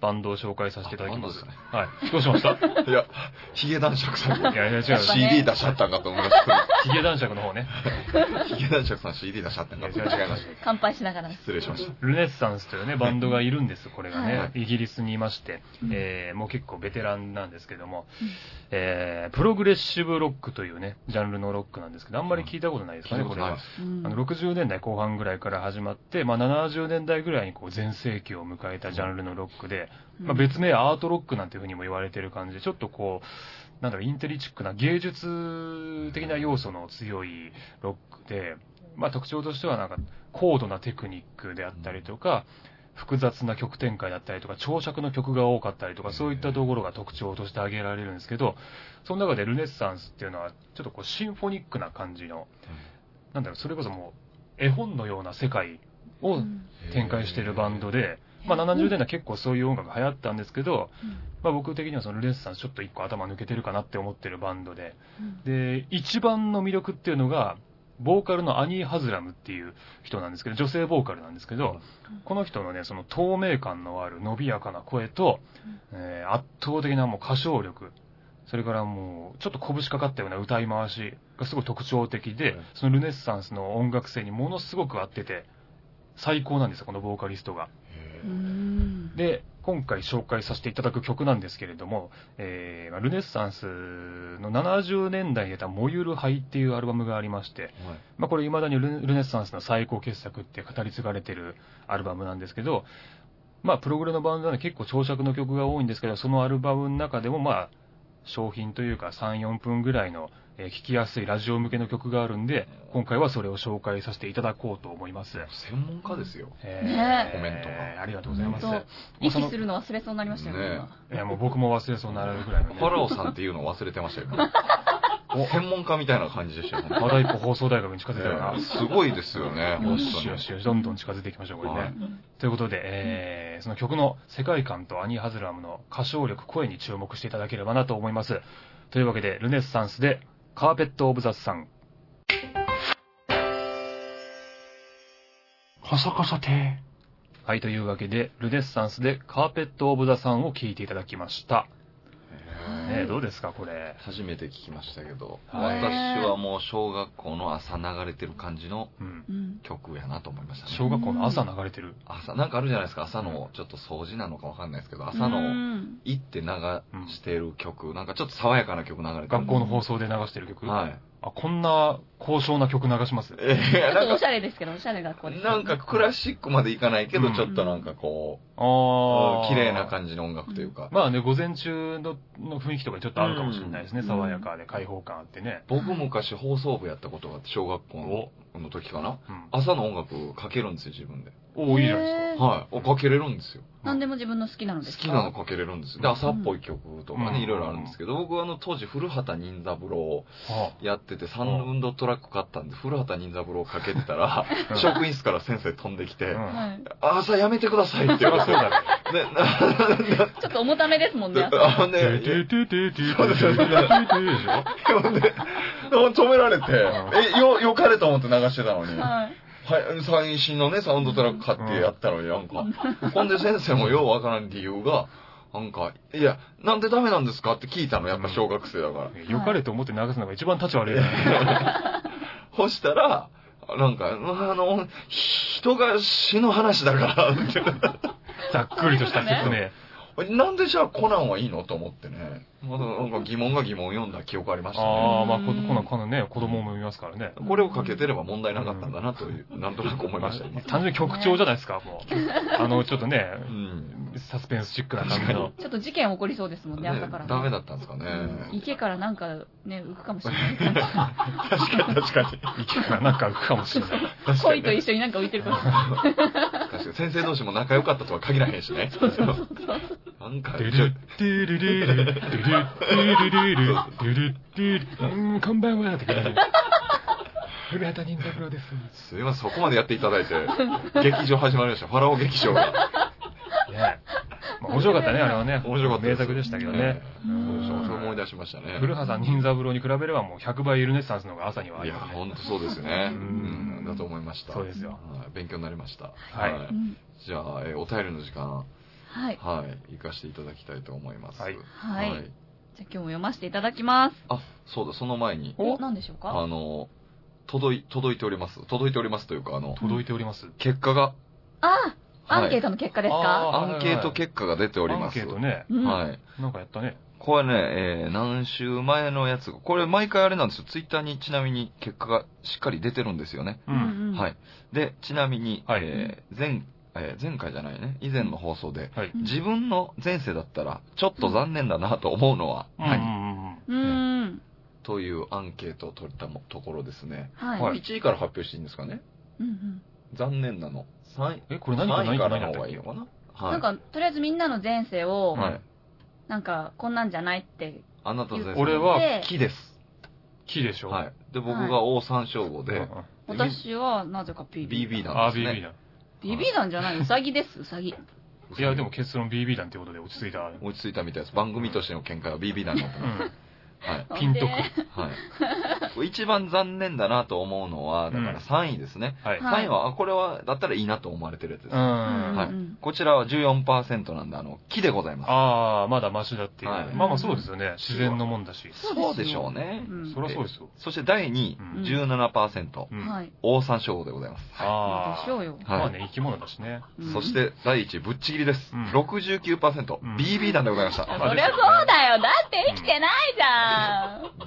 S1: バンドを紹介させていただきます。
S2: あバン
S1: はい。どうしました
S2: いや、ヒゲ男爵さん
S1: いやいや違う。
S3: やっぱね
S2: CD 出しちゃったんかと思いました
S1: ヒゲ男爵の方ね。
S2: けど。ヒゲ男爵さん CD 出しちゃったんかと
S1: い
S2: 違い
S1: や違う
S2: まし
S3: 乾杯しながら
S2: た。。失礼しました。
S1: ルネッサンスというね、バンドがいるんです、これがね。
S2: はい
S1: イギリスにいまして、
S3: うん
S1: えーもう結構ベテランなんですけども、
S3: うん
S1: えープログレッシブロックというね、ジャンルのロックなんですけど、あんまり聞いたことないですか
S2: 聞い
S1: ね、
S2: たこ
S1: ことれ
S2: ない
S1: は
S2: で。す。
S3: うん
S1: あの60年代後半ぐらいから始まって、まあ、70年代ぐらいにこう全盛期を迎えたジャンルのロックで、まあ、別名アートロックなんていうふうにも言われてる感じで、ちょっとこう、なんだろう、インテリチックな芸術的な要素の強いロックで、まあ、特徴としてはなんか高度なテクニックであったりとか、複雑な曲展開だったりとか、長尺の曲が多かったりとか、そういったところが特徴として挙げられるんですけど、その中でルネッサンスっていうのは、ちょっとこうシンフォニックな感じの、なんだろう、それこそもう絵本のような世界
S3: う
S1: を
S3: ん
S1: 展開しているバンドで、まあ、70年代結構そういう音楽流行ったんですけど、
S3: うん
S1: まあ、僕的にはそのルネッサンスちょっと一個頭抜けてるかなって思ってるバンドで、
S3: うん
S1: で、一番の魅力っていうのが、ボーカルのアニー・ハズラムっていう人なんですけど、女性ボーカルなんですけど、この人のね、その透明感のある伸びやかな声と、えー圧倒的なもう歌唱力、それからもう、ちょっと拳かかったような歌い回しがすごい特徴的で、
S2: うん
S1: そのルネッサンスの音楽性にものすごく合ってて、最高なんですよ、このボーカリストが。
S3: うん
S1: で、今回紹介させていただく曲なんですけれども、えーまあルネッサンスの70年代に出た「燃ゆる灰」っていうアルバムがありまして、まあ、これ未だにルルネッサンスの最高傑作って語り継がれてるアルバムなんですけど、まあ、プログレのバンドなんで結構長尺の曲が多いんですけど、そのアルバムの中でもまあ、商品というか3、4分ぐらいの、えー聞きやすいラジオ向けの曲があるんで、今回はそれを紹介させていただこうと思います。
S2: 専門家ですよ。
S1: え
S3: ね
S2: コメントが
S1: ありがとうございます。
S3: 本
S1: もうそ
S3: 息
S1: の
S3: するの忘れそうになりましたよ、
S2: ねえ
S3: 今
S1: いや、もう僕も忘れそうになるぐらいの、ね。
S2: ファラオさんっていうのを忘れてま したよ。専門家みたいな感じでしたよ。
S1: まだ一歩放送大学に近づいたよな
S2: ええ。すごいですよね、
S1: よ
S2: 本当
S1: し
S2: に
S1: よしよし、どんどん近づいていきましょう、これね。
S2: はい
S1: ということで、えーその曲の世界観とアニー・ハズラムの歌唱力、声に注目していただければなと思います。というわけで、ルネッサンスで、カーペット・オブ・ザ・サン。
S2: カサカサて。
S1: はい、というわけで、ルネッサンスで、カーペット・オブ・ザ・サンを聴いていただきました。ねえどうですか、これ。
S2: 初めて聞きましたけど、
S1: はい
S2: 私はもう小学校の朝流れてる感じの
S1: うん。
S3: うん
S2: 曲やなと思いました
S1: 小
S2: ね。
S1: 学校の朝流れてる。
S2: 朝、なんかあるじゃないですか、朝のちょっと掃除なのかわかんないですけど、朝
S3: う
S2: の
S3: ん
S2: 行って流してる曲、なんかちょっと爽やかな曲流れて
S1: 学
S2: る。
S1: 校の放送で流してる曲。
S2: はい。
S1: あ、こんな高尚な曲流します。
S2: ええ
S3: ちょっ
S2: なん
S3: と
S2: か
S3: おしゃれですけど、おしゃれな学校ですね。
S2: なんかクラシックまでいかないけ
S1: う
S2: ど、
S1: ん
S2: ちょっとなんかこう、
S1: あー
S2: 綺麗な感じの音楽というか、
S1: まあね、午前中のの雰囲気とかちょっとあるかもしれないですね。
S3: うん
S1: 爽やかで開放感あってね。
S2: 僕昔放送部やったことがあって、小学校の時かな。
S1: うん。
S2: 朝の音楽かけるんですよ、自分で。
S1: おーいいじゃないですか。
S3: へー
S2: はい。かけれるんですよ。
S3: 何でも自分の好きなの
S2: 好
S3: ですか
S2: きなのかけれるんですよ。で、朝っぽい曲とか
S1: うん
S2: ね、いろいろあるんですけど、僕はあの当時、古畑任三郎を
S1: は
S2: やってて、サウンドトラック買ったんで、古畑任三郎をかけてたら、
S1: うん
S2: 職員室から先生飛んで
S1: あ
S2: きて、
S1: うん
S3: はい。
S2: 朝やめてくださいって言われ
S1: そ
S2: て
S1: う、だね。
S2: ねな
S3: ちょっと重ためですも んね。
S2: あの
S1: て
S2: ね、
S1: ててててててててててでしょ
S2: でもね止められて、え、よ、よかれと思って流してたのに。は
S3: はい。
S2: い、最新のね、サウンドトラック買ってやったのになんか。ほんで先生もようわからん理由が、なんか、いや、なんでダメなんですかって聞いたの、やっぱ小学生だから。
S1: よかれと思って流すのが一番立ち悪いからね。
S2: ほしたら、なんか、あの、人が死ぬ話だから、っ
S1: ざっくりとした説明。
S2: て。 なんでじゃあコナンはいいのと思ってね。まだなんか疑問が疑問を読んだ記憶ありましたね。
S1: ああ、まあ、この、このね、子供も見ますからね。
S2: これをかけてれば問題なかったんだなと いう、なんとなく思いましたね。
S1: 単純に曲調じゃないですか、もう。あの、ちょっとね、
S2: うん。
S1: サスペンスチックな感じの。
S3: ちょっと事件起こりそうですもんね、
S2: ね
S3: 朝からね。
S2: ダメだったんですかね。
S3: うん池からなんかね、浮くかもしれない。
S2: 確かに確かに。
S1: 息がなんか浮くかもしれない。
S2: 確か
S3: 恋
S2: に
S3: と
S2: ね。
S3: 一緒になんか浮いてるかもしれない。
S2: 確かに。先生同士も仲良かったとは限らへんしね。なんか、
S1: デ
S2: ち
S1: ル
S2: ょ
S1: ッデルルルルデルッデルルルルデルッデルルルうーんこんばんはって感じで古畑任三郎です
S2: すいません、そこまでやっていただいて、 劇場始まりました。ファラオ劇場が。
S1: ねまあ面白かったねあれはね
S2: 面白かったで
S1: 名
S2: す
S1: 作でしたけどね
S2: えそうでしょ
S1: うん
S2: そう思い出しましたね。
S1: 古畑任三郎に比べればもう100倍ルネッサンスの方が朝にはあり
S2: いや、
S1: ます
S2: ほ
S1: ね
S2: んとそうですね。
S1: う
S2: うんん、だと思いました。
S1: そうですよ
S2: はい勉強になりました。
S1: はい
S3: うん
S2: じゃあ、えーお便りの時間。
S3: はい。
S2: はい、行かせていただきたいと思います。
S1: はい
S3: はい。じゃあ今日も読ませていただきます。
S2: あ、そうだ、その前に、
S3: お、何でしょうか
S2: あの、届い、届いております。届いておりますというか、あの、
S1: 届いております。
S2: 結果が、
S3: あアンケー
S2: ト
S3: トの結果ですか、
S1: あー
S2: アンケート結果が出ており
S1: ア
S2: ま
S1: ン
S2: す。
S1: ケートね。
S3: うん。
S2: はい。
S1: なんかやったね。
S2: これね、えー、何週前のやつ、これ毎回あれなんですよ。ツイッターにちなみに結果がしっかり出てるんですよね。
S1: う
S3: うん
S1: ん。
S3: うん。
S2: はい。で、ちなみに、
S1: はい
S2: えー前、えー前回じゃないね、以前の放送で、
S1: はい。
S2: 自分の前世だったら、ちょっと残念だなと思うのは、
S1: うんうん
S2: 何
S1: うん
S3: うーん。
S2: というアンケートを取ったもところですね。
S3: はい。
S1: はい
S2: 1位から発表していいんですかね
S3: うんうん
S2: 残念なの。3位。
S1: え、これ何か
S2: 3
S1: 何
S2: 位
S1: か
S2: から
S1: 何だった
S2: の方
S1: っ
S2: がいい
S1: け
S2: のかなは
S3: ないん。か、とりあえずみんなの前世を、
S2: はい。
S3: なんか、こんなんじゃないって。
S2: あなたの前世。
S1: 俺は
S3: で
S2: 木です。
S1: 木でしょ
S2: はい。で、僕が大三章号
S1: うんう
S2: で
S1: ん、
S3: 私は、なぜか BB。
S2: BB だ
S1: あ、BB だ。
S3: BB なんじゃないウサギです、ウサギ。
S1: いや、でも結論 BB 弾ってことで落ち着いた。
S2: 落ち着いたみたいです。番組としての見解は BB なんだ と
S1: う
S2: 思います。
S1: ん。
S2: はい。
S1: ピンとくる
S3: ほ
S2: は
S3: んで
S2: い。 一番残念だなと思うのは、だから3位ですね。
S1: はい。
S3: はい
S2: 3位は、あ、これは、だったらいいなと思われてるやつです。
S1: うん。
S2: はい
S3: うん
S2: こちらは14%なんで、あの、木でございます。
S1: ああ、まだマシだっていう。
S2: はい
S1: まあまあそうですよね。自然のもんだし。
S3: そう
S2: そう
S3: で
S2: ですし
S3: よ
S2: ょうね。
S3: うん
S1: そりゃそうですよ。
S2: そして第2位
S1: う、
S3: うん
S1: ん。
S2: 17%、
S1: うん
S3: はい。
S2: 大山椒でございます。
S1: あ
S3: で
S1: あ。
S3: しょうよ。
S2: はい
S1: まあね、生き物だしね。
S3: うん
S2: そし。て第1位、ぶっちぎりです。
S1: うん
S2: 69%、
S1: うん
S2: BB 弾でございました。
S1: あ
S3: そりゃそうだよ。だって生きてないじゃん。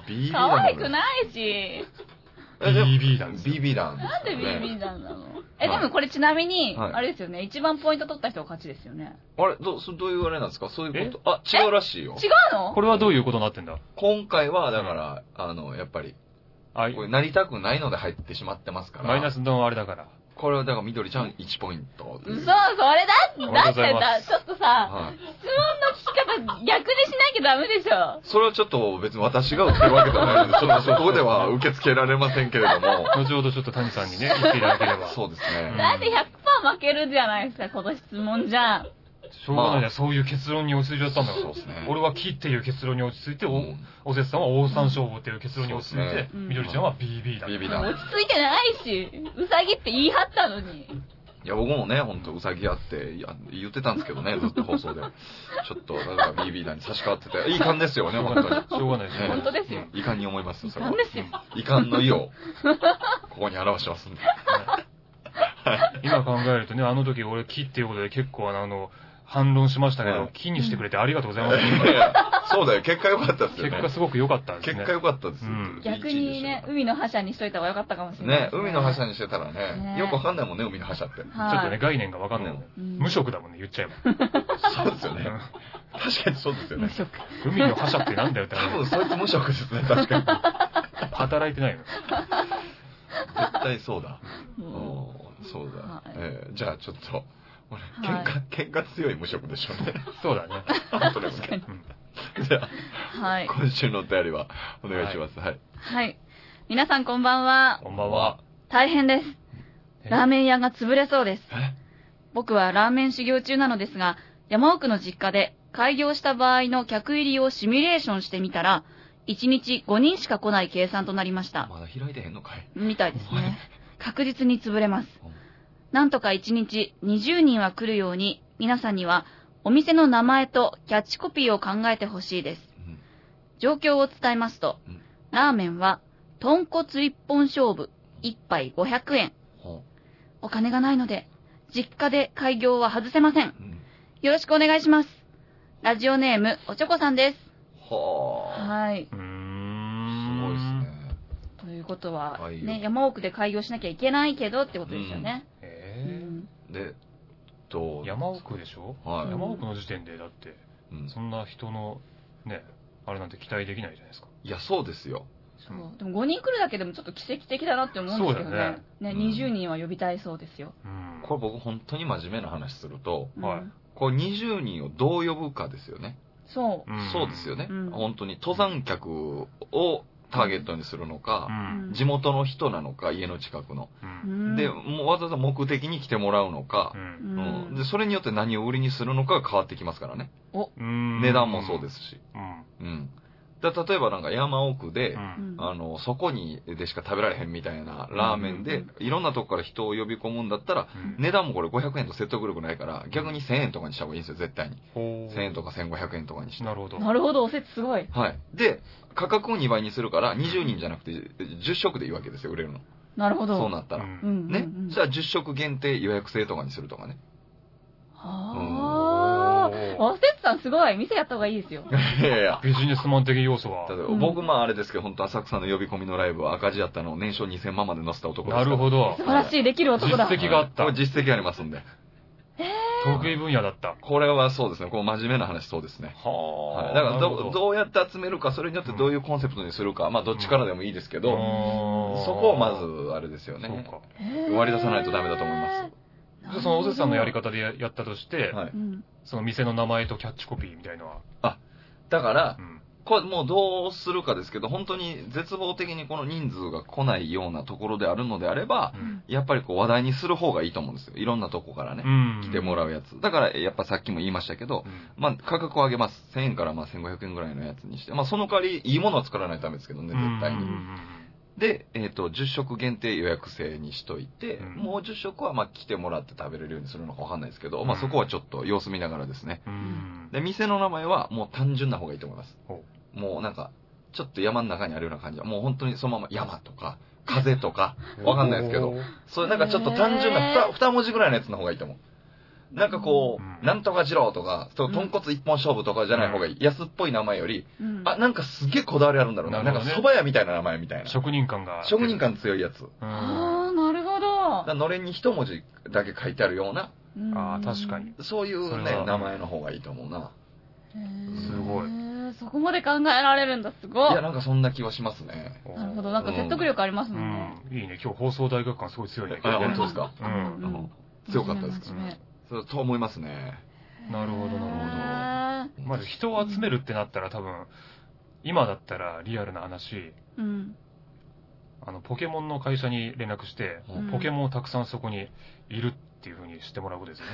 S2: BB 弾
S3: 可愛
S2: でござ
S3: く
S2: いま
S3: ないし。
S2: す。
S1: BB
S2: え
S1: 弾
S2: でも
S1: ですよ。
S2: BB 弾。
S3: なんで
S2: ね
S3: BB 弾なのえ、でもこれちなみに、
S2: はい
S3: あれですよね。一番ポイント取った人が勝ちですよね。
S2: あれどう、そどういうあれなんですかそういうことあ、違うらしいよ。
S3: 違うの
S1: これはどういうことになってんだ
S2: 今回は、だから、あの、やっぱり、
S1: あい
S2: これなりたくないので入ってしまってますから。
S1: マイナスのあれだから。
S2: これはだから、緑ちゃん1ポイント。
S3: 嘘、それだって、
S1: り
S3: だ
S1: がとうござ
S3: って
S1: いま
S3: だ、
S1: す
S3: ちょっとさ、
S2: はい。
S3: 質問の聞き方逆にしなきゃダメでしょ。
S2: それはちょっと別に私が受けるわけではないので、ちょっとそこでは受け付けられませんけれども。
S1: 後ほどちょっと谷さんにね、言っていただければ。
S2: そうですね。
S3: だって100%負けるじゃないですか、この質問じゃん。
S1: しょうがないね、そういう結論に落ち着いちゃったんだから。
S2: そうですね
S1: 俺は木っていう結論に落ち着いて、
S2: う
S1: お
S2: ん
S1: おせつさんはオオサンショウウオっていう結論に落ち着い
S2: そうで
S1: て
S2: す、
S3: ね
S1: 緑ちゃんは BB だ。
S2: BB
S3: 落
S2: 弾。
S3: ち着いてないし、ウサギって言い張ったのに。
S2: いや、僕もね、ほんと、うさぎやっていや言ってたんですけどね、ずっと放送で。ちょっと、だから BB 弾に差し替わってて、いかんですよね、
S1: しょう
S2: 本
S1: が
S2: 当
S1: ない。しょうがないです
S2: に。
S1: よ。
S3: 本当ですよ
S2: うん遺憾に思いますよ、それは
S3: なん。ですよ。
S2: 遺憾の意を、ここに表し ますんで。
S1: 今考えるとね、あの時俺木っていうことで結構あの、反論しましたけ
S2: は
S1: ど
S2: い、
S1: 木にしてくれてありがとうございます。
S2: いやそうだよ、結果良かったですよ
S1: 結
S2: ね
S1: 果。すごく良かったです
S2: 結
S1: ね
S2: 果。良かったですよ
S1: うん。
S3: 逆に
S2: 1位
S3: ね、
S2: で
S3: 海の覇者にしといた方が良かったかもし
S2: したね。
S3: れない
S2: ね
S3: です、
S2: 海の覇者
S3: に。
S2: にしてたらね、
S3: ね
S2: よくわかんないもんね、海の覇者って。
S1: ちょっと
S3: は
S1: ね、
S3: い。
S1: 概念がわかんないもんね。
S3: うん
S1: 無職だもんね、言っちゃえば。
S2: そうですよね。確かにそうですよ
S3: 無
S2: ね。
S3: 職。
S1: 海の覇者ってなんだよって
S2: 多
S1: 話
S2: 分、そいつ無職ですね、確かに。
S1: 働いてないの。
S2: 絶対そうだ。うん
S3: も
S2: そう
S3: は
S2: だ
S3: い。
S2: えーじゃあ、ちょっと、俺、
S3: は
S2: 喧
S3: い
S2: 嘩、喧嘩強い無職でしょうね。
S1: そうだね。
S2: 本当ですね
S3: 確かに
S1: うん
S2: じゃあ、
S3: うはい。
S2: 今週のお便りは、お願いします。はい。
S3: はい。皆さんこんばんは。
S1: こんばんは。
S3: 大変です。
S1: え
S3: ラーメン屋が潰れそうです。
S2: え
S3: 僕はラーメン修行中なのですが、山奥の実家で開業した場合の客入りをシミュレーションしてみたら、1日5人しか来ない計算となりました。
S2: まだ開いてへんのかい
S3: みたいですね。確実に潰れます。なんとか1日20人は来るように、皆さんにはお店の名前とキャッチコピーを考えてほしいです。
S2: うん
S3: 状況を伝えますと
S2: うん、
S3: ラーメンは、豚骨一本勝負、一杯500円。
S2: ほ
S3: お金がないので、実家で開業は外せません。
S2: ううん
S3: よろしくお願いします。ラジオネーム、おちょこさんです。
S2: はあ。
S3: はい。
S1: うー
S2: す
S1: ん。
S2: ごいですね。
S3: ということは、
S2: はい
S3: ね、山奥で開業しなきゃいけないけどってことですよね。う
S1: え
S3: ん。
S2: で、えっと
S1: ー、、山奥でしょ
S2: はい。
S1: 山奥の時点で、だって、
S2: うん
S1: そんな人の、ね、あれなんて期待できないじゃないですか。
S2: いや、そうですよ。
S3: そうでも5人来るだけでもちょっと奇跡的だなって思うんですけど
S1: そうだよ
S3: ね。ね、
S2: うん
S3: 20人は呼びたいそうですよ。
S1: うん。
S2: これ僕本当に真面目な話すると、
S3: うん
S1: はい
S2: こう20人をどう呼ぶかですよね。
S3: そ
S1: ん
S2: そうですよね。
S3: うん
S2: 本当に登山客をターゲットにするの
S1: う
S2: か、
S1: ん。
S2: 地元の人なのか、家の近くの。
S1: う。
S3: う。うんん
S2: で、もうわざわざ目的に来てもらうのか
S1: う、。
S3: うん
S2: うん
S3: ん
S2: で、それによって何を売りにするのかが変わってきますからね。
S1: うん
S2: 値段もそうですし。
S1: うん。
S2: うん。だ例えばなんか山奥で、
S1: うん。
S2: あの、そこにでしか食べられへんみたいなラーメンで、いろんなとこから人を呼び込むんだったら、
S1: うん
S2: 値段もこれ500円と説得力ないから、逆に1000円とかにした方がいいんですよ、絶対に。
S1: ほう
S2: 1000円とか1500円とかにして。
S1: なるほど。
S3: なるほど、おせちすごい。
S2: はい。で、価格を2倍にするから、20人じゃなくて10食でいいわけですよ、売れるの。
S3: なるほど。
S2: そうなった
S1: う
S2: ら。
S1: ん
S3: うんうんうん。
S2: ね。じゃあ10食限定予約制とかにするとかね。
S3: はあ。おせつさんすごい。店やった方がいいですよ。
S2: いやいや。
S1: ビジネスマン的要素は
S2: 例え。ば
S3: うん
S2: 僕、まああれですけど、本当浅草の呼び込みのライブは赤字だったのを年商2000万まで乗せた男です
S1: なるほ
S2: ど。
S1: ど
S3: 素。晴らしい、できる男だ。
S1: 実績があった
S2: これ実績ありますんで。
S1: 得意分野だった。
S2: これはそうですね。こう真面目な話そうですね。
S1: は
S2: はい、だから
S1: なる
S2: ど
S1: ほ
S2: うどうやって集めるか、それによってどういうコンセプトにするか、まあどっちからでもいいですけ
S1: う
S2: ど、
S1: ん
S2: そこをまず、あれですよ
S1: そう
S2: ね。
S1: か。
S2: 割り出さないとダメだと思います
S3: す
S1: でそのおせさんのやり。方でややったとして、
S2: はい。
S3: うん
S1: その店の名前とキャッチコピーみたいのは。
S2: だから
S1: う、ん。
S2: これもうどうするかですけど、本当に絶望的にこの人数が来ないようなところであるのであれば、
S1: うん
S2: やっぱりこう話題にする方がいいと思うんですよ。いろんなとこからね、
S1: うん。
S2: 来てもらうやつ。だから、やっぱさっきも言いましたけど、
S1: うん。
S2: まあ、価格を上げます。1000円からまあ1500円ぐらいのやつにして、まあ、その代わり、いいものは作らないとダメですけどね、絶対
S1: うん
S2: に。で、えっ、と、10食限定予約制にしといて、
S1: うん
S2: もう10食はまあ来てもらって食べれるようにするのかわかんないですけど、ま
S1: う
S2: あ
S1: ん
S2: そこはちょっと様子見ながらですね。
S1: うん。
S2: で、店の名前はもう単純な方がいいと思います
S1: ほ。
S2: もうなんか、ちょっと山の中にあるような感じは、もう本当にそのまま山とか、風と か、わかんないですけど
S1: おー。
S2: そういうなんかちょっと単純な
S3: へー
S2: 二二文字ぐらいのやつの方がいいと思う。なんかこ
S1: うん
S2: う、なんとか二郎とか、そううん豚骨一本勝負とかじゃない方がいい。安っぽい名前より、
S3: うん
S2: あ、なんかすげえこだわりあるんだろうな。
S1: な
S2: な
S1: る
S2: ん
S1: ほど
S2: か
S1: ね
S2: 蕎麦屋みたいな名前みたいな。
S1: 職人感が。
S2: 職人感強いやつ。
S1: うん。
S3: ああ、なるほど
S2: だから。のれんに一文字だけ書いてあるような、
S3: うん
S1: あー確かに。
S2: そういう
S1: それ
S2: ね
S1: は、
S2: 名前の方がいいと思うな。
S1: すごい
S3: い。そこまで考えられるんだ、すごい
S2: い。や、なんかそんな気はしますね。
S3: なるほど、なんか説得力あります
S1: う
S3: もんね。
S1: ん。いいね。今日放送大学感すごい強いね。
S2: あ、本当ですか
S1: う。
S3: うんん
S2: 強かったですか
S3: 真面目真面
S2: そう、と思いますね。
S3: 目
S1: なるほどなるほど
S3: へ
S1: まず人を集めるってなったら多分、今だったらリアルな話、
S3: ーうん。
S1: あの、ポケモンの会社に連絡して、
S3: うん
S1: ポケモンをたくさんそこにいるっていう風にしてもらうことですよ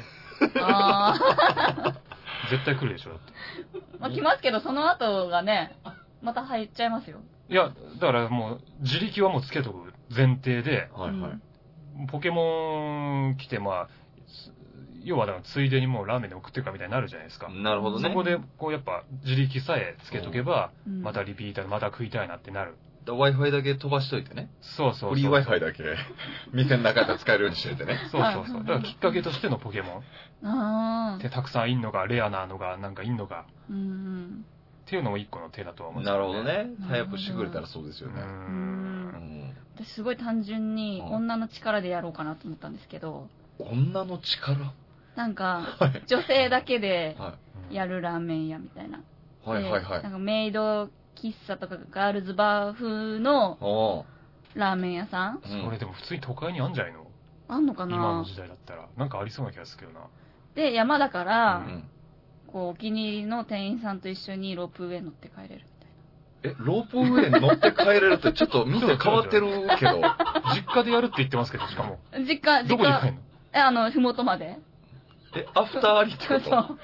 S1: ね。
S3: あ
S1: 絶対来るでしょ、だって。
S3: ーまあ、来ますけど、その後がね、また入っちゃいますよ。
S1: いや、だからもう、自力はもうつけとく前提で、
S2: はいは
S3: うん
S2: い。
S1: ポケモン来て、まあ、す要はだからついでにもうラーメンで送ってるかみたいになるじゃないですか。
S2: なるほど
S1: そ
S2: ね。
S1: こで、こうやっぱ、自力さえつけとけば、
S3: うん
S1: またリピーター、また食いたいなってなる。
S2: だ Wi-Fi だけ飛ばしといてね。
S1: そうそうそう。
S2: フリー Wi-Fi だけ、店の中で使えるようにしとい てね。
S1: そうそうそう。
S3: は
S1: だ
S3: い
S1: からきっかけとしてのポケモン
S3: あ
S1: っ
S3: あ
S1: て。たくさんいんのか、レアなのが、なんかいんのか、
S3: うん
S1: っていうのも一個の手だとは思うんです
S2: な
S1: よ
S2: るほど。ね。タイアップしてくれたらそうです
S1: う。
S2: よね。
S3: うん。うんん。
S2: うん
S3: 私すごい単純に
S2: うん
S3: 女の力でやろうかなと思ったんですけど、
S2: 女の力
S3: なんか
S2: はい。
S3: 女性だけで
S2: は
S3: やるラーメン屋みたいな。
S2: い。はいはいは
S3: で
S2: い
S3: な。んかメイド喫茶とかガールズバー風の
S2: おー
S3: ラーメン屋さん
S2: うん
S1: これでも普通に都会にあんじゃないの
S3: あんのか
S1: 今の
S3: な
S1: 時代だったら。なんかありそうな気がするけどな。
S3: で、山だか
S2: う
S3: ら、
S2: ん
S3: こう、お気に入りの店員さんと一緒にロープウェイ乗って帰れるみたい
S2: え、ロープウェイに乗って帰れるってちょっと店変わってる けど。
S1: 実家でやるって言ってますけど、しかも。
S3: な。実家、
S1: ど
S3: 実
S1: こに行く
S3: 家、
S1: の
S3: え、あの、ふもとまで。
S2: え、アフターありって
S3: そ
S2: こ
S3: う。ふ
S2: と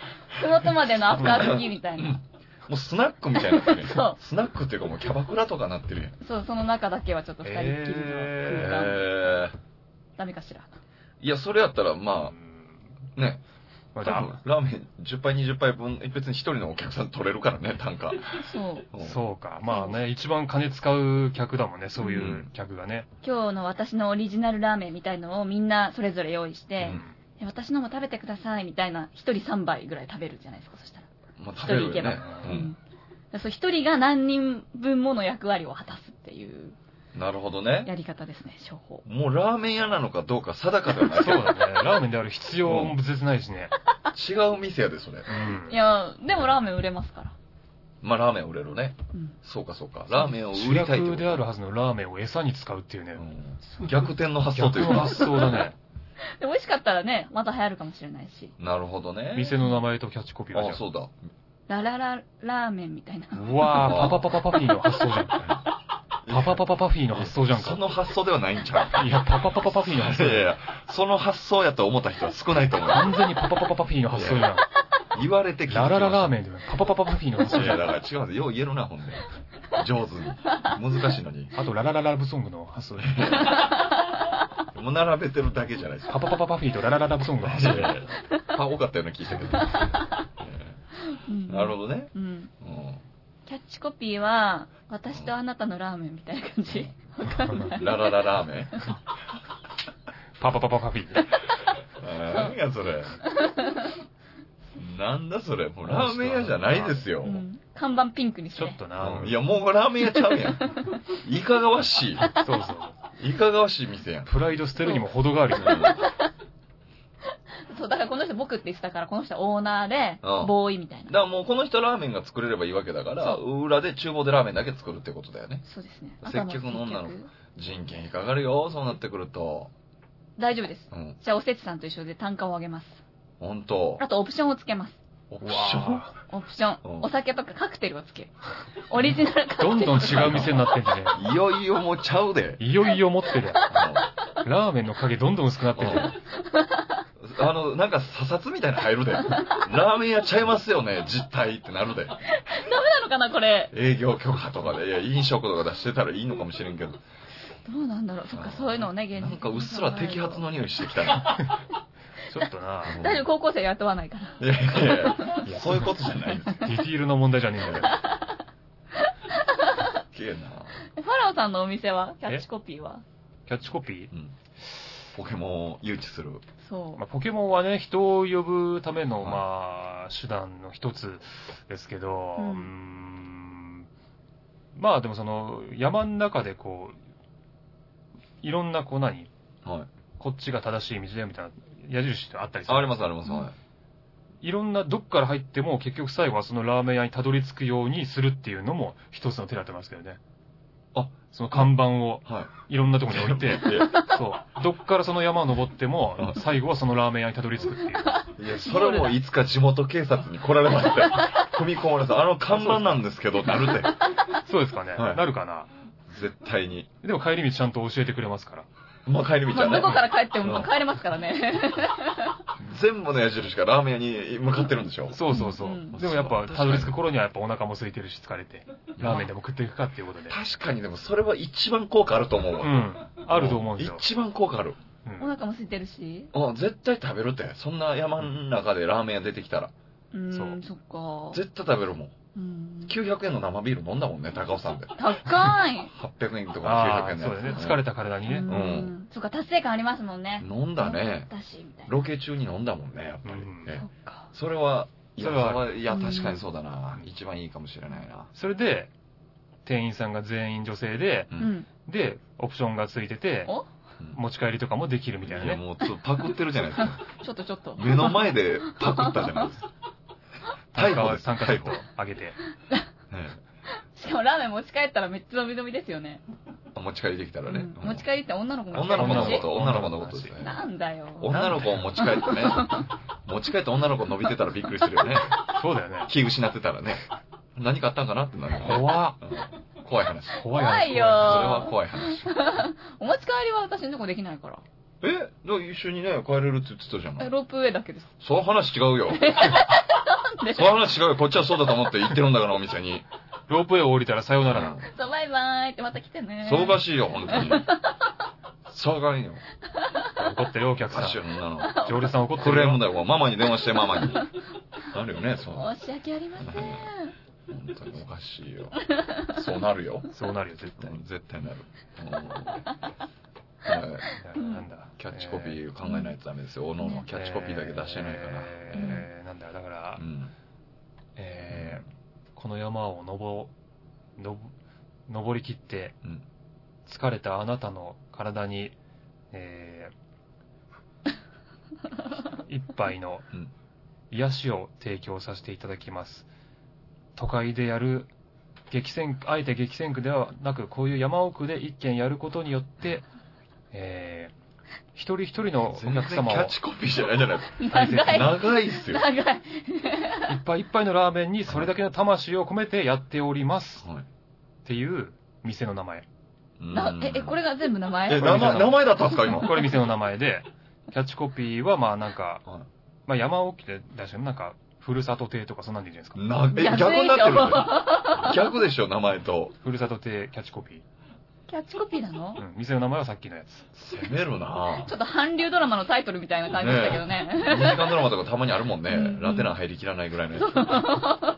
S3: もとまでのアフター付きみたいな。
S2: もうスナックみたいになってるやん
S3: そう
S2: スナックっていうかもうキャバクラとかなってるやん。
S3: そう、その中だけはちょっと二人っきりの空間。
S2: え
S3: ダメかしら。
S2: ー、いや、それやったら、まあ、ね、
S1: まあ、
S2: 多分ラーメン10杯20杯分、別に一人のお客さん取れるからね、単価。
S3: そう。
S2: う。
S1: そうか。まあね、一番金使う客だもんね、そういううん客がね。
S3: 今日の私のオリジナルラーメンみたいのをみんなそれぞれ用意し
S1: う
S3: て、
S1: ん
S3: え私のも食べてくださいみたいな、一人3杯ぐらい食べるじゃないですか、そしたら。
S2: まあ、食べるよ
S3: 一人いけば
S2: ね。う
S3: うんんそう一人が何人分もの役割を果たすっていう
S2: なるほどね。
S3: やり方ですね、商法。
S2: もうラーメン屋なのかどうか定かではな
S1: そ
S2: い
S1: うだね。ラーメンである必要も絶ないしね。
S2: 違う店やで、それ。
S1: うん
S3: いや、でもラーメン売れますから。
S2: まあ、ラーメン売れるね。
S3: うん。
S2: そうか、そうか。ラーメンを
S1: 主
S2: 売りたいってこ
S1: 役
S2: と
S1: であるはずのラーメンを餌に使うっていうね
S2: う。ん逆転の発想と
S1: 逆
S2: いう
S1: の
S2: か。
S1: 発想だね。
S3: で、美味しかったらね、また流行るかもしれないし。
S2: なるほどね。
S1: 店の名前とキャッチコピーは
S2: あ
S1: じゃ、
S2: そうだ。
S3: ララララーメンみたいな。
S1: あうわー、パパパパパフィーの発想じゃん。パパパパパフィーの発想じゃん
S2: そ
S1: か。
S2: の発想ではないんちゃう
S1: いや、パパパパパフィーの発
S2: い
S1: 想
S2: やいや、その発想やと思った人は少ないと思う。
S1: 完全にパパパパパフィーの発想じゃん。
S2: 言われて聞いてき
S1: ラ
S2: ました
S1: ラララーメンでパパパパパフィーの話
S2: いや、だから違うんですよ。よう言えるな、ほんで。上手に。難しいのに。
S1: あと、ララララブソングの発想で。
S2: もう並べてるだけじゃないですか。
S1: パパパパパフィーとララララブソングの
S2: い
S1: 発
S2: や
S1: 想
S2: い
S1: で。
S2: やいやパ多かったような気したけど。
S3: うん
S2: なるほどね。
S3: うん。
S2: う
S3: キャッチコピーは、私とあなたのラーメンみたいな感じ。わかんない。
S2: ん。ララララーメン。
S1: パパパパパフィー。
S2: 何やそれ。なんだそれ。もうラーメン屋じゃないですよ
S3: う。ん。看板ピンクにし
S1: ち
S3: て。
S1: ょっとな
S2: うんいや、もうラーメン屋ちゃうやん。いかがわし
S1: そうそう。
S2: い。いかがわしい店やん。
S1: プライド捨てるにも程があるよね。
S3: そう、だからこの人僕って言ってたから、この人はオーナーで
S2: う、ん
S3: ボーイみたい
S2: だか
S3: な。
S2: らもうこの人ラーメンが作れればいいわけだから、
S3: そ
S2: 裏で厨房でラーメンだけ作るってことだよね。
S3: そうですね。
S2: 接客の女の子
S3: 接客
S2: 人件費かかるよ、そうなってくると。
S3: 大丈夫です。
S2: うん。
S3: じゃあ、おせちさんと一緒で単価を上げます。
S2: 本当。
S3: あと、オプションをつけます。
S2: オプ
S1: う
S2: ション
S1: わ
S3: オプショ
S2: う
S3: ン。
S2: ん
S3: お酒とかカクテルをつける。オリジナルカクテル。
S1: どんどん違う店になってんじゃね
S2: いよいよもうちゃうで。
S1: え。いよいよ持ってる。ラーメンの影どんどん薄くなってる。
S2: うんあの、なんか査察みたいなの入 るで。ラーメン屋ちゃいますよね、実態ってなるで。
S3: なのかな、これ。
S2: 営業許可とかで、いや、飲食とか出してたらいいのかもしれんけど。
S3: どうなんだろう。そっか、そういうのをね、芸人
S2: なんかうっすら摘発の匂いしてきたな。
S1: ちょっとな
S2: うん
S3: 大丈夫、高校生雇わないから。
S2: いやいやいやそういうことじゃないです。
S1: ディティールの問題じゃねえんだよ。
S2: すっげえな。
S3: えファラオさんのお店はキャッチコピーは
S1: キャッチコピ
S2: うん。ポケモンを誘致する。
S3: そ
S1: ー、
S3: う
S1: まあ、。ポケモンはね、人を呼ぶための、
S2: はい
S1: まあ、手段の一つですけど、う
S3: う
S1: ー
S3: ん
S1: ん、まあでもその、山の中でこう、いろんなこう何
S2: はい。
S1: こっちが正しい道だよみたいな矢印ってあったりする。
S2: ありますあります。はい
S1: ろんな、どっから入っても結局最後はそのラーメン屋にたどり着くようにするっていうのも一つの手だと思いますけどね。
S2: あ
S1: その看板を
S2: い。はい。
S1: いろんなところに置い て、
S2: いや
S1: そう。どっからその山を登っても、最後はそのラーメン屋にたどり着くっていう。
S2: いや、それもいつか地元警察に来られ ますって。踏み込まれた。あの看板なんですけど、なるって。
S1: そうですかね。
S2: はい
S1: なるかな。
S2: 絶対に。
S1: でも帰り道ちゃんと教えてくれますから。
S2: まあ、帰り道
S3: まあ、
S2: は
S3: どこ
S2: ね。
S3: から帰ってもまあ帰れますからね。
S2: 全部の矢印がラーメン屋に向かってるんでしょ。
S1: そうそうそう。
S3: うん
S1: でもやっぱ、
S2: そう
S1: たどり着く頃にはやっぱお腹も空いてるし疲れて、ラーメンでも食っていくかっていうことで。
S2: 確かにでもそれは一番効果あると思う
S1: う
S2: わ。
S1: ん。あると思うんですよ。
S2: 一番効果ある。
S1: うん
S3: お腹も空いてるし。
S2: あ絶対食べるって。そんな山の中でラーメン屋出てきたら。
S3: う
S1: そ
S3: ー、
S1: うん
S3: そっか。
S2: 絶対食べるもん。
S3: うん
S2: 900円の生ビール飲んだもんね、高尾山で。
S3: 高い。
S2: 800円とか
S1: あ
S2: 900
S1: あ、
S2: 円の
S1: そうだね
S2: や。つ。
S1: 疲れた体に
S3: う
S1: ね。
S3: ん。そっか、達成感ありますもんね。
S2: 飲んだね。
S3: 私、みたいな。
S2: ロケ中に飲んだもんね、やっぱり。
S1: うん
S3: そ
S2: ね
S3: っか。
S2: それは、いや、
S1: それは
S2: それはいや
S3: うん
S2: 確かにそうだな、
S1: うん
S2: 一番いいかもしれないな。
S1: それで、店員さんが全員女性で、
S2: う
S3: うんん。
S1: で、オプションがついてて、
S3: お
S2: うん
S1: 持ち帰りとかもできるみ
S2: い
S1: たい
S2: や、
S1: なね。
S2: もう、ちょっとパクってるじゃないですか。
S3: ちょっとちょっと。
S2: 目の前でパクったじゃないですか。
S1: 単
S2: 逮
S1: 価
S2: 捕で
S1: を、
S2: す
S1: 単価ちょっと
S2: 逮
S1: 上げて。
S2: ね
S3: しかもラーメン持ち帰ったらめっちゃ飲み飲みですよね。
S2: あ持ち帰りできたらね。
S3: うん
S2: うん
S3: 持ち帰りって女の子も
S2: 女の子のこ
S1: 持ち帰
S2: と、
S1: り
S2: 女の子のことですね。
S3: なんだよ。
S2: 女の子を持ち帰ってね。持ち帰って女の子伸びてたらびっくりするよね。
S1: そうだよね。
S2: 気失ってたらね。何かあったんかなってなるよね、
S1: 怖っ
S2: うん 怖い話。そ
S1: 怖い
S3: 怖いよ
S2: れは怖い話。
S3: お持ち帰りは私のとこできないから。
S2: えだから一緒にね、帰れるって言ってたじゃな
S3: え
S2: い。
S3: ロープウェイだけです。
S2: その話違うよ。
S3: なんで
S2: そういう話違うよ。こっちはそうだと思って行ってるんだから、お店に。
S1: ロープウェイを降りたらさようならな。
S3: そう、バイバイってまた来てね。
S2: 騒がしいよ、本当に。騒がいいよ。
S1: 怒ってるよお客さ
S2: 歌手
S1: ん。
S2: の女の
S1: 常連さん怒って
S2: ク
S1: る
S2: レーム
S1: よ。
S2: だよ。ママに電話して、ママに。なるよね、そう。
S3: 申し訳ありません。
S2: 本当におかしいよ。そうなるよ。
S1: そうなるよ、絶対
S2: う。ん絶対なる。うんはい
S3: ん
S1: なんだ。
S2: キャッチコピー考えないとダメですよ。おのおのキャッチコピーだけ出してないから。
S1: えーなんだ、だから
S2: う、ん。
S1: えーこの山を登、のぼ登りきって
S2: うん、
S1: 疲れたあなたの体に、え ー一杯の
S2: うん
S1: 癒しを提供させていただきます。都会でやる、激戦区、あえて激戦区ではなく、こういう山奥で一軒やることによ って、えー一人一人のお
S2: 全然
S1: 客
S2: キャ
S1: 様を
S2: ッチコピーじゃないじゃないです
S1: 大切に
S2: か。長いっすよ。はい。
S3: 長い。
S1: いっぱいいっぱいのラーメンにそれだけの魂を込めてやっておりますっていう店の名前。
S3: なえ、え、これが全部名前
S2: え、名前、名前だったんですか、今。
S1: これ店の名前で、キャッチコピーはまあなんか、
S2: はい
S1: まあ山奥で出してるなんか、ふるさと亭とかそんなんでいいじゃないですか。
S2: な、え、
S3: 逆でしょ
S2: 逆になってるね 逆でしょ、名前と。
S1: ふるさと亭キャッチコピ
S3: キャッチコピーなの
S1: ー。うん。店の名前はさっきのやつ。
S2: 攻めるな
S3: ちょっと韓流ドラマのタイトルみたいな感じだけどね。
S2: 2時間ドラマとかたまにあるもんね
S3: う。ん
S2: ラテナ入りきらないぐらいの や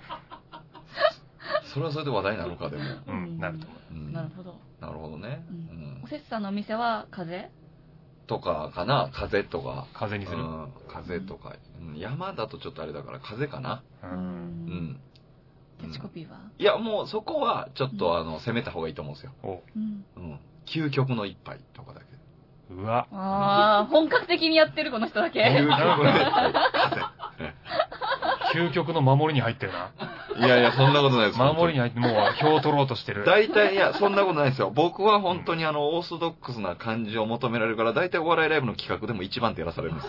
S2: つ。それはそれで話題なのか、でも。
S1: う
S3: うん
S1: ん、なると思う。
S2: うん
S3: なる
S2: な
S3: ほど。
S2: るほどね。
S3: う
S2: うんん
S3: おせつさんのお店は風
S2: とかかな、風とか。
S1: 風にする
S2: う。ん風とか。うん山だとちょっとあれだから、風かな。
S1: う。
S3: うん。
S2: うんん。
S3: キャッチコピーは、
S2: いや、もうそこは、ちょっ
S3: うん
S2: とあの、攻めた方がいいと思うんですよ。
S1: おう
S3: うん、
S2: うん。究極の一杯とかだけ。
S1: うわ。
S3: ああ、本格的にやってるこの人 だけ。
S2: 究極の一杯。
S1: 究極の守りに入ってるな。
S2: いやいや、そんなことないです。
S1: 守りに入って、もう、票を取ろうとしてる。
S2: 大体、いや、そんなことないですよ。僕は本当にあの、オーソドックスな感じを求められるから、大体お笑いライブの企画でも一番手やらされるんです。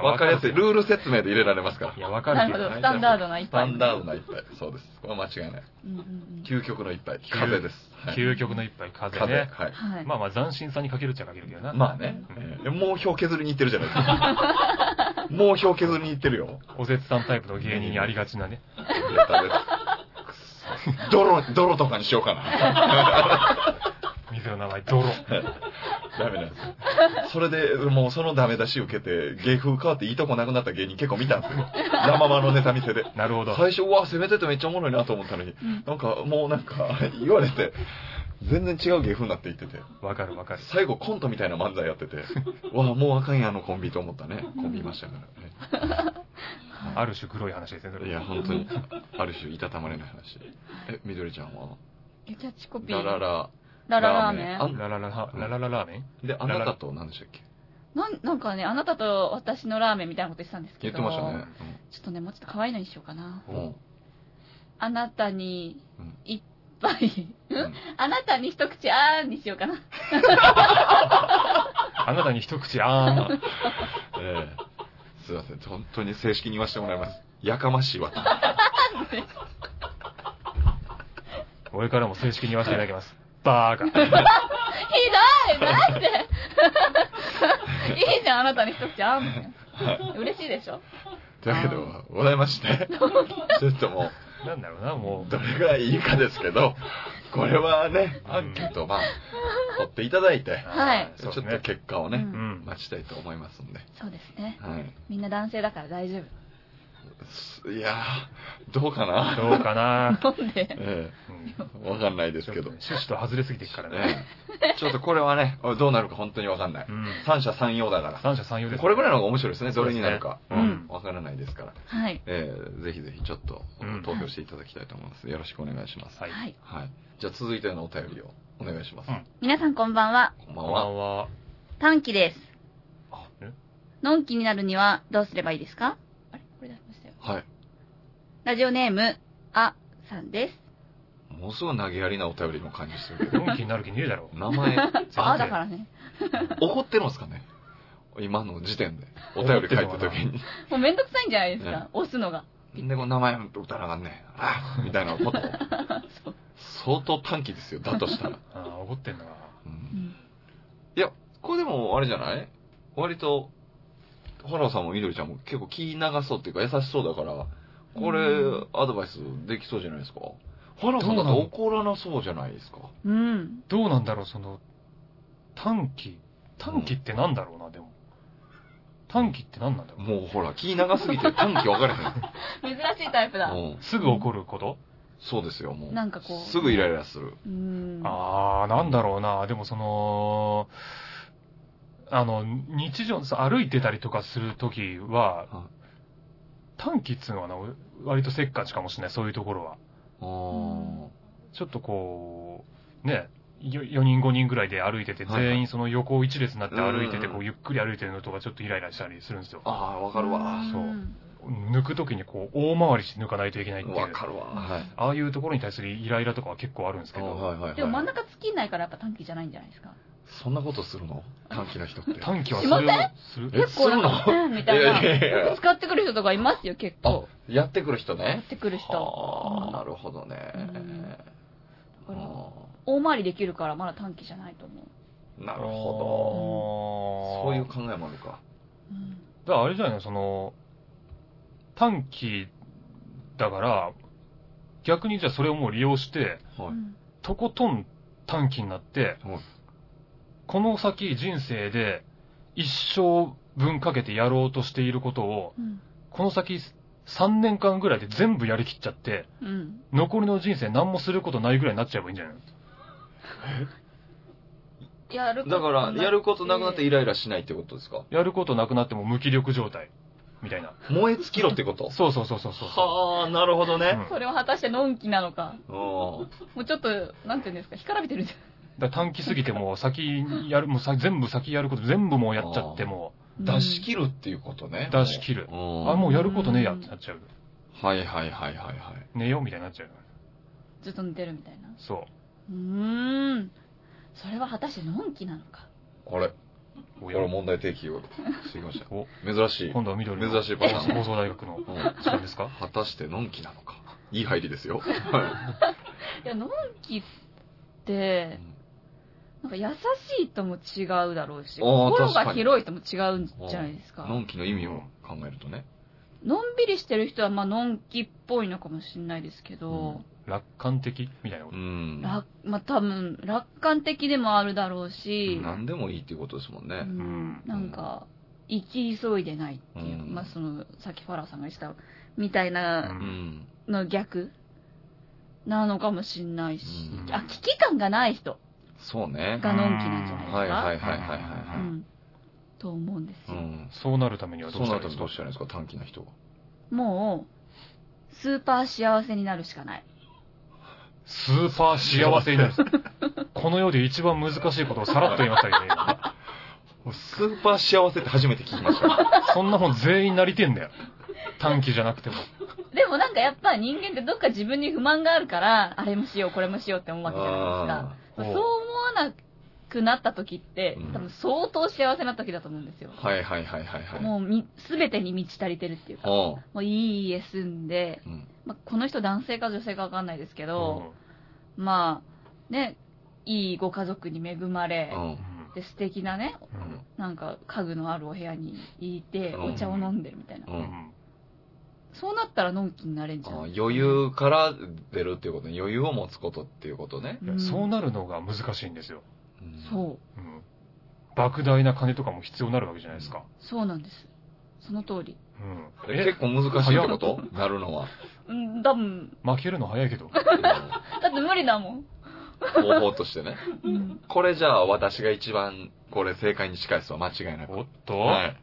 S2: わかりやすい。ルール説明で入れられますから
S1: い。や、わか
S3: な
S1: る
S3: る
S1: け
S3: ほ
S1: ど
S3: ど、。スタンダードな一
S2: スタ
S3: 杯。
S2: ンダードな一杯。そうです。これは間違いない。
S3: うんうんうん
S2: 究極の一杯。風です。はい。
S1: 究極の一杯、風
S2: 風。
S1: ね。
S2: はい。
S3: はい。
S1: まあまあ、斬新さにかけるっちゃかけるけどな。
S2: まあね
S1: うん。
S2: えもう票削りに行ってるじゃないですか。もう票削りに行ってるよ。
S1: おせつさんタイプの芸人にありがちなね。
S2: ネタですくそ泥、泥とかにしようかな。
S1: 店の名前、泥。
S2: ダメなんですよ。それで、もうそのダメ出し受けて、芸風変わっていいとこなくなった芸人結構見たんですよ。ラママのネタ見せで。
S1: なるほど。
S2: 最初、うわ、攻めててめっちゃおもろいなと思ったのに、
S3: うん
S2: なんか、もうなんか、言われて、全然違う芸風になっていってて、
S1: わかるわかる。
S2: 最後コントみたいな漫才やってて、わあ、もうあかんや、あのコンビと思ったね。コンビいましたからね。
S1: ある種黒い話ですね、それ
S2: いや、本当に、ある種、いたたまれない話。え、みどりちゃんは
S3: キャッチコピー。
S2: ラララ。
S3: ラララー
S2: ラー
S3: メ
S2: メン
S1: ララララ、ララララーメン
S2: で、あなたと何でしたっけ
S3: ン。なんなんかね、あなたと私のラーメンみたいなこと言ってたんです
S2: 言
S3: け
S2: っ
S3: ど。
S2: てましたね。
S3: ちょっとね、もうちょっと可愛いのにしようかな。
S2: うん。うん
S3: あなたに
S2: うん、
S3: いっぱい、
S2: うん
S3: あなたに一口あーにしようかな。
S1: あなたに一口、あー ん。
S2: ええすいません、本当に正式に言わせてもらいます。やかましいわ。
S1: 俺からも正式に言わせていただきます。バーカ。
S3: ひどいなんで いいじゃん、あなたに一口あーみたいな。嬉しいでしょ
S2: というわけではございまして、ちょっとも
S1: なんだろうな、も
S2: う、どれがいいかですけど、これはね、
S1: うん
S2: アンケートをまあ、取っていただいて
S1: う。、
S3: はい
S2: ち
S1: そ
S2: ょ
S1: う
S2: っ
S1: です
S2: と
S1: ね。
S2: 結果をね
S3: う、
S1: うん。
S2: 待ちたいと思いますんで。
S3: そうですね。
S2: はい
S3: みんな男性だから大丈
S2: す。いやー、どうかな。
S1: どうかな。
S3: 夫。なんで
S2: え
S1: うん
S2: えわかんないです
S1: ち
S2: け
S1: ょっと
S2: ど
S1: ね。趣旨と外れすぎていくからね。
S2: ええちょっとこれはね、どうなるか本当にわかんない。
S1: うん。
S2: 三者三様だか
S1: 三者三様で
S2: ら。
S1: す。
S2: これぐらいの方が面白いですね、どれになるか。
S1: う
S2: うんん。わからないですから。
S3: はい。
S2: えーぜひぜひちょっと
S1: うん
S2: 投票していただきたいと思います。よろしくお願いします。
S1: はい。
S3: はい。
S2: はい。じゃあ続いてのお便りをお願いします。
S1: うん
S3: 皆さんこんばんは。
S2: こんば
S1: こ
S2: ん
S1: んば
S2: は。
S1: んは。
S3: 短期です。
S1: あ、え
S3: のんきになるにはどうすればいいですかあれこれ出しましたよ。
S2: はい。
S3: ラジオネーム、あさんです。
S2: ものすごい投げやりなお便りの感じするけど。
S1: のんきになる気ねえだろ。
S2: 名前、
S3: あだからね。
S2: 怒ってるんですかね今の時点で。お便り書いた時に。
S3: もうめんどくさいんじゃないですか
S2: ね。
S3: 押すのが。
S2: で、この名前打たなあかんねんああみたいなこと。
S3: そう。
S2: 相当短期ですよ。だとしたら。
S1: ああ、怒ってんのか
S2: う
S3: うんん。
S2: これでも、あれじゃない割と、ホラーさんもみどりちゃんも結構気流そうっていうか優しそうだから、こ
S3: う
S2: れ
S3: ん、
S2: アドバイスできそうじゃないですか。ホラーさんだって怒らなそうじゃないですか。
S3: うん。
S1: どうなんだろう、その、短期。短期ってなんだろうな、でも。短期って何なんだろう。
S2: もうほら、気長すぎて短期分かれへ
S3: 珍しいタイプだ。
S2: ん。
S3: う
S2: うん。
S1: すぐ怒ること
S2: そうですよ、もう。
S3: なんかこう
S2: すぐイライラする。
S3: ーん。
S1: ああ、なんだろうな。でもその、あの、日常、さ歩いてたりとかするときは
S2: は、
S1: い短期っつうのはな、俺割とせっかちかもしれない、そういうところは。
S2: あー
S1: ちょっとこう、ね、4人5人ぐらいで歩いてて、
S2: はいはい
S1: 全員その横一列になって歩いてて、
S2: うんうん
S1: こうゆっくり歩いてるのとかちょっとイライラしたりするんですよ。
S2: あー、分かるわ。
S1: そうん抜くときにこう大回りして抜かないといけないっていう。
S2: 分かるわ。はい。
S1: ああいうところに対するイライラとかは結構あるんですけ
S2: あー
S1: ど、
S2: はいはいはい
S3: でも真ん中尽きないからやっぱ短期じゃないんじゃないですか。
S2: そんなことするの短期の人って。
S1: 短期は
S3: し
S1: そ
S3: ませ
S1: れ
S3: ん
S1: をする。
S2: え
S3: 結構なんか、うんみたい
S2: いやいやい
S3: な。
S2: や
S3: 使ってくる人とかいますよ、結
S2: あ
S3: 構。、
S2: やってくる人
S3: や
S2: ね
S3: っ。てくる人。
S2: は
S3: う
S2: あ、
S3: ん
S2: なるほどね。
S3: これ
S2: あー
S3: 大回りできるからまだ短期じゃないと思う。
S2: なる
S1: ほ
S2: ほ
S1: ど
S2: ど。そういう考えもあるか。
S3: うん
S1: だからあれじゃないのその、短期だから、逆にじゃあそれをもう利用して、
S2: はい
S3: うん
S1: とことん短期になって、
S2: はい
S1: この先人生で一生分かけてやろうとしていることを、
S3: うん
S1: この先3年間ぐらいで全部やりきっちゃって、
S3: うん
S1: 残りの人生何もすることないぐらいになっちゃえばいいんじゃないの
S3: やる
S2: だから、やることなくなってイ
S3: る
S2: ライラしないってことですか
S1: やることなくなっても無気力状態。みたいな。
S2: 燃え尽きろってこと
S1: そうそうそうそうそう。
S2: はあ、なるほど
S1: うん
S2: ね。
S3: それは果たしてのんきなのか
S2: うん
S3: もうちょっとなんていうんですか干からびてるじ
S1: だから短期すぎてもう先やる、もうさ全部先やること全部もうやっちゃっても
S3: ゃん
S2: 出し切るっていうことね。
S1: 出し切る
S2: う
S1: う、
S2: ん
S1: あ、もうやることねえやってなっちゃう。
S2: はいはいはいはいはい。
S1: 寝ようみたいになっちゃう。
S3: うんずっと寝てるみたいな
S1: そう
S3: ーんそれは果たしてのんきなのか
S2: あれ
S1: う。
S2: こ
S1: お
S2: れ
S1: や
S2: 問題提起をしてきましたよ。
S1: お
S2: 珍しい。
S1: 今度は緑の
S2: 珍しいパターン
S1: 放送大学の
S2: うん
S1: 時間ですか
S2: 果たしてのんきなのか。いい入りですよ。はい
S3: やのんきってなんか優しいとも違うだろうし
S2: あー
S3: 心
S2: 確か
S3: が
S2: に
S3: 広いとも違うんじゃないですか
S2: のんきの意味を考えるとね。
S3: のんびりしてる人はまあのんきっぽいのかもしれないですけど、
S1: 楽観的みたいなこ
S2: う
S1: と。
S2: ん。
S3: 楽まあ多分楽観的でもあるだろうし、
S2: 何でもいいっていうことですもん
S3: う
S2: ね。
S3: んなんか生き急いでないっていう、
S2: うん
S3: まあそのさっきファラーさんが言ってたみたいう
S2: う
S3: なん
S2: ん。
S3: の逆なのかもしれないし、
S2: うん
S3: あ危機感がない人
S2: そうね。
S3: がのんきなんじゃないですか、
S2: はいはいはいはいは
S3: う
S2: いはい。
S3: ん、と思うんです
S2: う
S3: よ、
S2: ん。
S1: そうなるためにはど
S2: そう
S1: うした
S2: な
S1: ら
S2: る
S1: いいで
S2: と
S1: す
S2: ど
S1: か
S2: うしたらいいんですか短期な人が。
S3: もうスーパー幸せになるしかない
S1: スーパー幸せになる。 この世で一番難しいことをさらっと言いましたけど、今
S2: スーパー幸せって初めて聞きま したよ。
S1: そんなもん全員なりてんだよ。短期じゃなくても。
S3: でもなんかやっぱ人間ってどっか自分に不満があるからあれもしようこれもしようって思うわけじゃないですか
S1: あー
S3: そう思わなくなった時って
S2: うん
S3: 多分相当幸せな時だと思うんですよ、
S2: はいはいはいはいはい。
S3: もうみ全てに満ち足りてるっていうか
S2: おう
S3: もういい家住んで、
S2: うん
S3: まあ、この人男性か女性かわかんないですけ
S1: うん
S3: ど、まあねいいご家族に恵まれ、
S2: うん
S3: で素敵なね
S1: うん
S3: なんか家具のあるお部屋にいて
S2: うん
S3: お茶を飲んでるみたいな、
S2: う
S1: うんん
S3: そうなったらのんきになれんじゃ
S2: あ
S3: ん
S2: 余裕から出るっていうことね余裕を持つことっていうことね。
S1: いや
S3: ん
S1: そうなるのが難しいんですよ。
S3: そう
S1: うん莫大な金とかも必要になるわけじゃないですか。
S3: そうなんです。その通り。
S1: うん
S2: え
S1: え
S2: 結、構難しいってことなるのは。
S3: うん、多分。
S1: 負けるの早いけど。
S3: だって無理だもん。
S2: うん方法としてね。
S3: うん。
S2: これじゃあ私が一番これ正解に近いですわ。間違いなく。
S1: おっと、
S2: はい。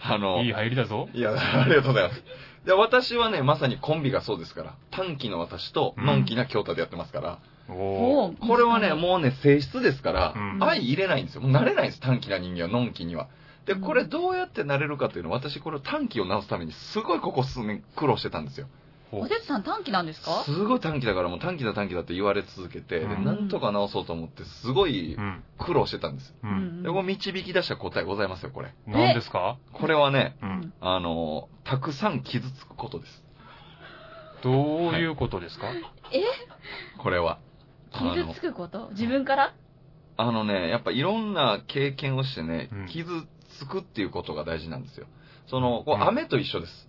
S2: あの、
S1: い、い
S2: い
S1: 入りだぞ。
S2: や、ありがとうございます。で私はね、まさにコンビがそうですから、短期の私と、のんきな京太でやってますから、
S1: おお。
S3: う
S2: これはね、もうね、性質ですから、
S1: うん
S2: 愛入れないんですよ。もう慣れないんです、短期な人間は、のんきには。で、これどうやって慣れるかというのは、私これ短期を直すために、すごいここ数年苦労してたんですよ。
S3: おせつさん短期なんですか
S2: すごい短期だから、もう短期だ短期だって言われ続けて、で
S1: うん
S2: なんとか直そうと思って、すごい
S1: うん。
S2: 苦労してたんです。
S1: う。
S3: うんん
S2: で、これ導き出した答えございますよ、これ。
S1: 何ですか
S2: これはね、
S1: うん。
S2: あの、たくさん傷つくことです。
S1: どういうことですか、
S2: これは。あ
S3: 傷
S2: の
S3: つくこと自分から
S2: あのね、やっぱいろんな経験をしてね
S1: うん、
S2: 傷つくっていうことが大事なんですよ。その、こ
S1: うん
S2: う雨と一緒です。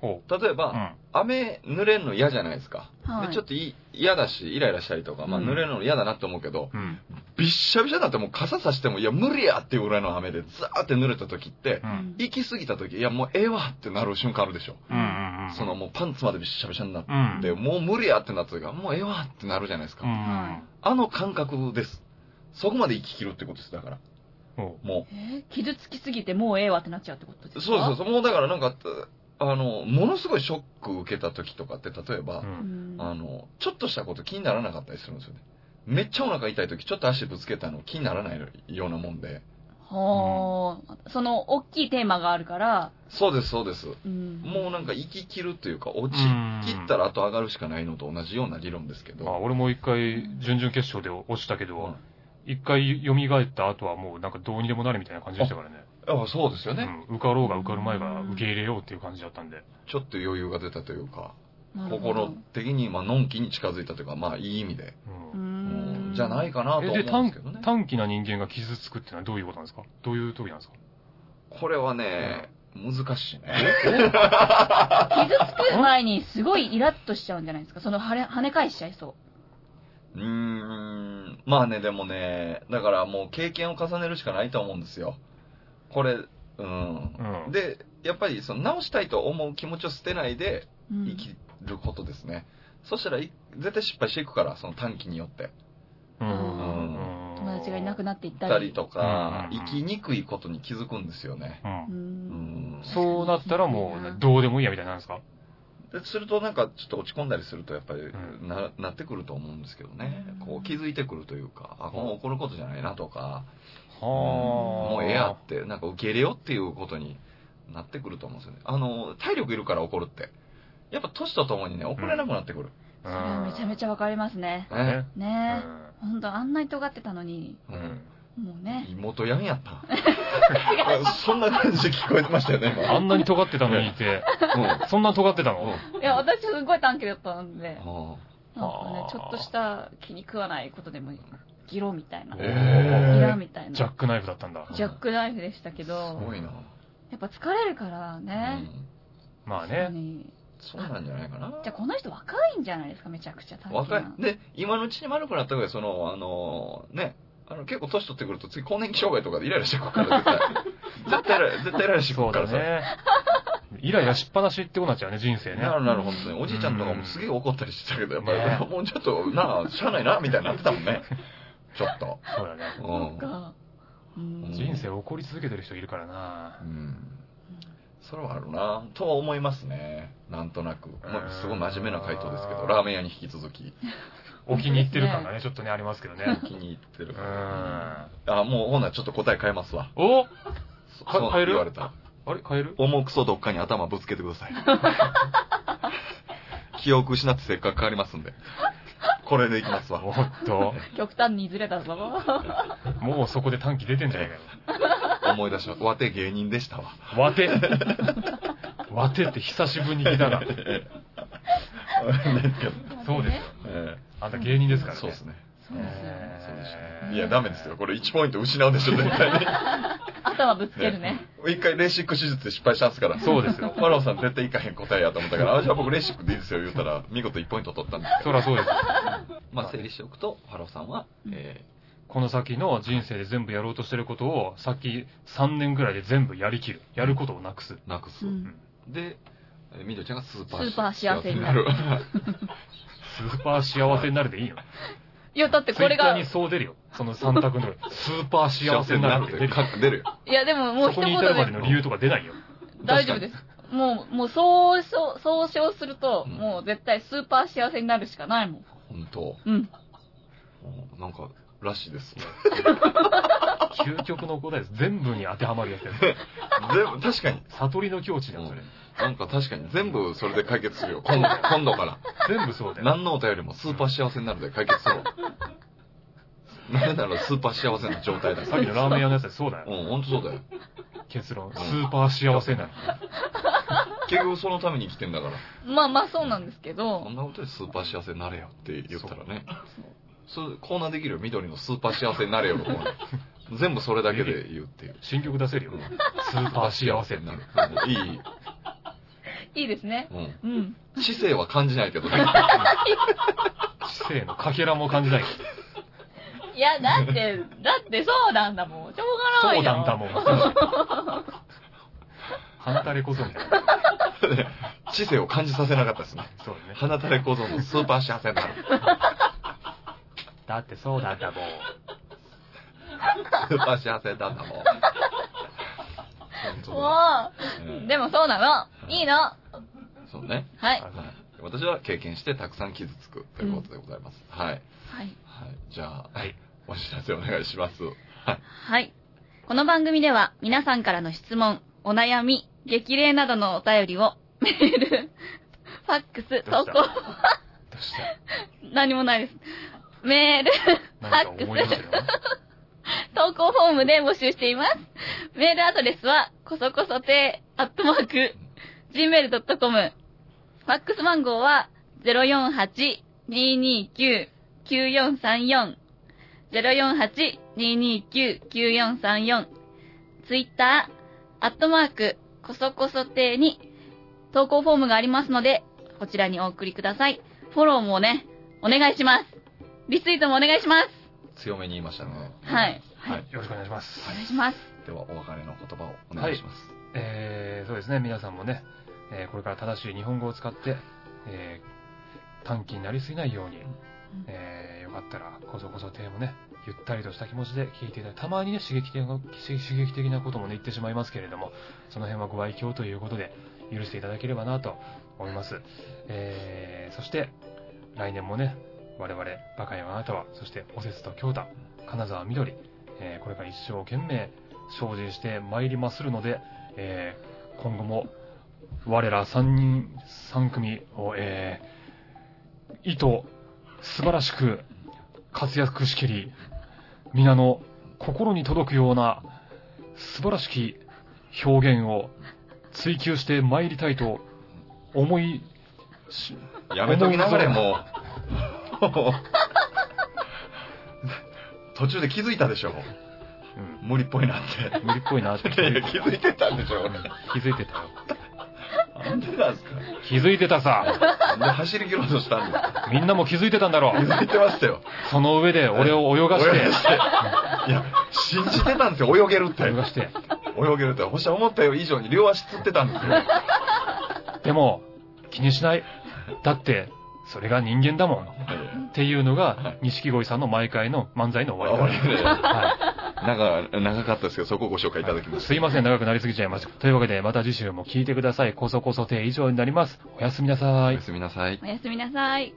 S1: ほ
S2: 例えば、
S1: う。うん。
S2: 雨濡れんの嫌じゃないですか。
S3: はい。
S2: でちょっとい嫌だし、イライラしたりとか、まあ、
S1: うん
S2: 濡れるの嫌だなって思うけど、
S1: うん。
S2: びっしゃびしゃになってもう傘さしても、いや、無理やっていうぐらいの雨で、ザーって濡れた時って
S1: う、ん。
S2: 行き過ぎた時、いや、もうええわってなる瞬間あるでしょ。
S1: うん。うん。うん
S2: その、、もうパンツまでびっしゃびしゃになっ
S1: うん。
S2: て、もう無理やってなった時が、もうええわってなるじゃないですか。
S1: うん。
S2: あの感覚です。そこまで行き切るってことです、だから。
S1: ほ
S2: も
S3: えー傷つきすぎてもうええわってなっちゃうってことです
S2: う。
S3: か
S2: そうそうそう。もうだからなんか、あの、ものすごいショック受けた時とかって、例えば、
S1: う。う。
S3: うんん。
S2: あの、ちょっとしたこと気にならなかったりするんですよね。めっちゃお腹痛い時、ちょっと足ぶつけたの気にならないようなもんで。
S3: はあ。その大きいテーマがあるから、
S2: そうです、そうです。
S3: うん。
S2: もうなんか行き切るというか、落ち切ったら後上がるしかないのと同じような理論ですけ
S1: まあ、
S2: ど。
S1: 俺も一回、準々決勝で落ちたけ
S2: うん
S1: ど、一回蘇った後はもうなんかどうにでもなるみたいな感じでしたからね。
S2: あそうですよね、
S1: うん。受かろうが受かる前が受け入れようっていう感じだったんで。
S2: ちょっと余裕が出たというか、
S3: なるほど
S2: 心的に、まあ、のんきに近づいたというか、まあ、いい意味で。
S1: うん
S3: う
S2: うん
S3: ん。
S2: じゃない
S3: か。
S2: かなと思うん
S1: え、で、
S2: です
S1: 短
S2: けどね。
S1: 短期な人間が傷つくってのはどういうことなんですかどういう時なんですか
S2: これはね、難しいね。
S3: 傷つく前にすごいイラッとしちゃうんじゃないですか。その跳ね、跳ね返しちゃいそう
S2: ーん。まあね、でもね、だからもう経験を重ねるしかないと思うんですよ。これ、うん。
S1: うん。
S2: で、やっぱりその直したいと思う気持ちを捨てないで
S3: う。うん
S2: 生きることですね。そしたらい絶対失敗していくから、その短期によって。
S1: うん
S3: 友達がいなくなっていった
S2: た
S3: り。
S2: りとか、
S1: うん
S2: 生きにくいことに気づくんですよね。
S1: う。
S3: うん。
S2: うんん。
S1: そうなったらもう、どうでもいいやみたいになるんですか
S2: でするとなんかちょっと落ち込んだりするとやっぱり
S1: う
S2: ななってくると思うんですけどね
S3: うん。
S2: こう気づいてくるというか、あ、この怒ることじゃないなとか、
S1: はあ。
S2: もうええやって、なんか受け入れようっていうことになってくると思うんですよね。あの、体力いるから怒るって。やっぱ年とともにね、怒れなくなってくる。
S3: それはめちゃめ
S1: ち
S3: ちゃわかりますね。
S1: ゃ
S2: ね。
S3: ねえ。ほんと、あんなに尖ってたのに、
S1: う。
S2: う
S1: う
S2: ん
S1: ん
S2: ん。
S3: もうね。
S2: 妹やんやった。 そんな感じで聞こえてましたよね、
S1: あんなに尖ってたのにいて、
S2: 今。
S1: そんな尖ってた
S2: うん。
S1: の
S3: いや、私すごい短期だったんで、なんか
S2: うん
S3: ね
S1: あー、
S3: ちょっとした気に食わないことでも、ギロみたいな。ギ
S1: えー
S3: ラみたいな。
S1: ジ
S3: ジ
S1: ャックナイフだったんだ。
S2: ク
S3: ャックナイフでしたけ
S2: すご
S3: ど、
S2: いな。
S3: やっぱ疲れるから
S2: う
S3: ね。
S2: ん
S1: まあ
S3: 本当
S1: ね。
S3: に
S2: そうなんじゃないかな。
S3: じゃあこの人若いんじゃないですか、めちゃくちゃ短期な
S2: 若い。で、今のうちに丸くなったぐらい、その、あのね、あの、結構年取ってくると、次、更年期障害とかでイライラしてくるから、 絶対。絶対イライラ、絶対イライラしてく
S1: そ
S2: る
S1: う
S2: か
S1: だ
S2: らさ。
S1: ね。イライラしっぱなしってことになっちゃうね、人生ね。
S2: なるなる、本当に。おじいちゃんとかもすげえ怒ったりしてたけど、やっぱり、
S1: ね
S2: もうちょっと、なあ、しゃあないな、みたいになってたもんね。 ちょっと。
S1: そうだね。
S2: う
S3: そ
S2: ん
S3: っ。か。うん
S1: 人生怒り続けてる人いるからな
S2: う。ん。それはあるな、とは思いますね。なんとなく。まあすごい真面目な回答ですけど、ラーメン屋に引き 続き、
S1: お気に入ってる感がね、ちょっとね、ありますけどね。
S2: 気に入って
S1: う
S2: る
S1: ん。
S2: から。
S1: あ、
S2: あ、もう、ほんならちょっと答え変えますわ。
S1: お
S2: そ
S1: か
S2: そう
S1: 変える
S2: 言われた。
S1: あれ変える
S2: 重くそどっかに頭ぶつけてください。記憶失ってせっかく変わりますんで。これでいきますわ。
S1: おっと、
S3: 極端にずれたぞ。
S1: もうそこで短期出てんじゃないかよ。
S2: 思い出します。わて芸人でしたわ。
S1: わて。わてって久しぶりに聞いたな。そうですよ。
S2: え
S1: あんた芸人ですからね。
S2: そうですね。
S3: そうですよね。
S2: そうでし
S1: え
S2: ょ
S1: ー
S2: いや、ダメですよ。これ1ポイント失うでしょ、絶 対に。
S3: 頭ぶつけるね。
S2: 一回レーシック手術で失敗したんですから。
S1: そうですよ
S2: ファローさん絶対いかへん答えやと思ったから、あ、じゃあ僕レーシックでいいですよ、言うたら、見事1ポイント取ったんですけ
S1: そ
S2: ど。
S1: らそうですよ。
S2: まあ、整理しておくと、ファローさんは、え
S1: この先の人生で全部やろうとしてることを、先3年ぐらいで全部やりきる。やることをなくす。
S2: ー、なくす
S3: う。ん
S2: で、えーみどりちゃんがスーパー
S3: スーパー幸せになる
S2: 幸せになる。
S1: スーパー幸せになるでいいよ。
S3: いや、だって
S1: ツ
S3: こ
S1: イ
S3: れ
S1: ッター
S3: が、
S1: に
S3: い
S1: そう出るよ。その3択の。スーパー幸せになるって出 るよ。
S2: 出るよ。
S3: や、でもも
S1: そ
S3: う一
S1: こに
S3: 言
S1: 至るまで
S3: で
S1: の理由とか出ないよ。
S3: 大丈夫です。もう、もう、総称、総称すると、
S2: うん
S3: もう絶対スーパー幸せになるしかないもん。
S2: 本当。
S3: うん。
S2: なんか、らしいですね。
S1: 究極の答えです。全部に当てはまるやつだよ。
S2: 全部、確かに。
S1: 悟りの境地だよ、それ。
S2: なんか確かに全部それで解決するよ。今度今度から。
S1: 全部そうだよ。
S2: 何のお便りもスーパー幸せになるで解決するわ。なぜならスーパー幸せの状態だか
S1: さっきの
S2: ら。
S1: ラーメン屋のやつだってそうだよ。
S2: うん、本当そうだよ。
S1: 結論。
S2: ん
S1: スーパー幸せになる。
S2: 結局そのために生きてんだから。
S3: まあまあそうなんですけ
S2: そ
S3: ど
S2: ん、なことでスーパー幸せになれよって言ったらね。そう、コーナーできるよ。緑のスーパー幸せになれよのコーナー。全部それだけで言うっていう。
S1: 新曲出せるよ。スーパー幸せになる。
S2: うんいい。
S3: いいですね。
S2: うん。
S3: うん。
S2: 知性は感じないけどね。
S1: 知性のかけらも感じない。
S3: いや、だって、だってそうなんだもん。しょうが
S1: そ
S3: ないうよ。
S1: なんだ もん。鼻垂れこそみたいな。
S2: 知性を感じさせなかったですね。
S1: そうだね。
S2: 花垂れ小僧のスーパー幸せになる。
S1: だってそうだったもん。
S2: スーパー幸せだんだもん。本当
S3: も
S2: だ
S3: う、
S2: ね
S3: でもそうなの。いいの。は
S2: うんそうね。
S3: い。
S1: あ
S2: はい私は経験してたくさん傷つくということでございます。はい。
S3: はい。
S2: はい。じゃあ、
S1: はい。
S2: お知らせお願いします。はい。
S3: はい。この番組では皆さんからの質問、お悩み、激励などのお便りをメール、ファックス、
S1: どう
S3: 投
S1: した
S3: 稿、
S1: どうして
S3: 何もないです。メール、
S1: 何か思い出したよ。
S3: 投稿フォームで募集しています。メールアドレスは、こそこそて、アットマーク、gmail.com。ファックス番号は、048-229-9434。048-229-9434。ツイッター、アットマーク、こそこそ亭に投稿フォームがありますので、こちらにお送りください。フォローもね、お願いします。リツイートもお願いします。
S2: 強めに言いましたね。
S3: はい。
S2: はい。
S1: よろしくお願いします。
S3: お願いします。
S2: では、お別れの言葉をお願いします。
S1: えー、そうですね、皆さんもね、えーこれから正しい日本語を使って、えー短期になりすぎないように、えーよかったら、こそこそテーマね、ゆったりとした気持ちで聞いていただいて、たまにね、刺激的な刺激刺激的なこともね、言ってしまいますけれども、その辺はご愛嬌ということで、許していただければなと思います。えーそして、来年もね、我々、バカやあなたは、そして、おせつと京太、金沢みどり、えーこれから一生懸命精進してまいりまするので、えー今後も我ら3人3組を、えー、意図素晴らしく活躍しきり皆の心に届くような素晴らしき表現を追求してまいりたいと思いし
S2: やめときながらもう。 途中で気づいたでしょ
S1: うん
S2: 無理っぽいなって。
S1: 無理っぽいなって
S2: いやいや気づいてたんでしょ 俺
S1: 気づいてたよ
S2: なんでなんすか
S1: 気づいてたさ
S2: なんで走り切ろうとしたんだ
S1: みんなも気づいてたんだろ
S2: 気
S1: う
S2: づいてましたよ。
S1: その上で俺を泳がして、
S2: 泳がしていや、信じてたんですよ、泳げるって。
S1: 泳がして。
S2: 泳げるって。ほしゃ思ったよ以上に両足つってたんですよ。
S1: でも、気にしない。だって、それが人間だもん。っていうのが、錦鯉さんの毎回の漫才の終わり方
S2: 終わ
S1: で
S2: り
S1: す。は
S2: なんか、長かったですけど、そこをご紹介いただきま
S1: い。
S2: す。
S1: すいません、長くなりすぎちゃいました。というわけで、また次週も聞いてください。こそこそて以上になります。おやすみなさ
S2: お
S1: い
S2: や。すみなさい。
S3: おやすみなさい。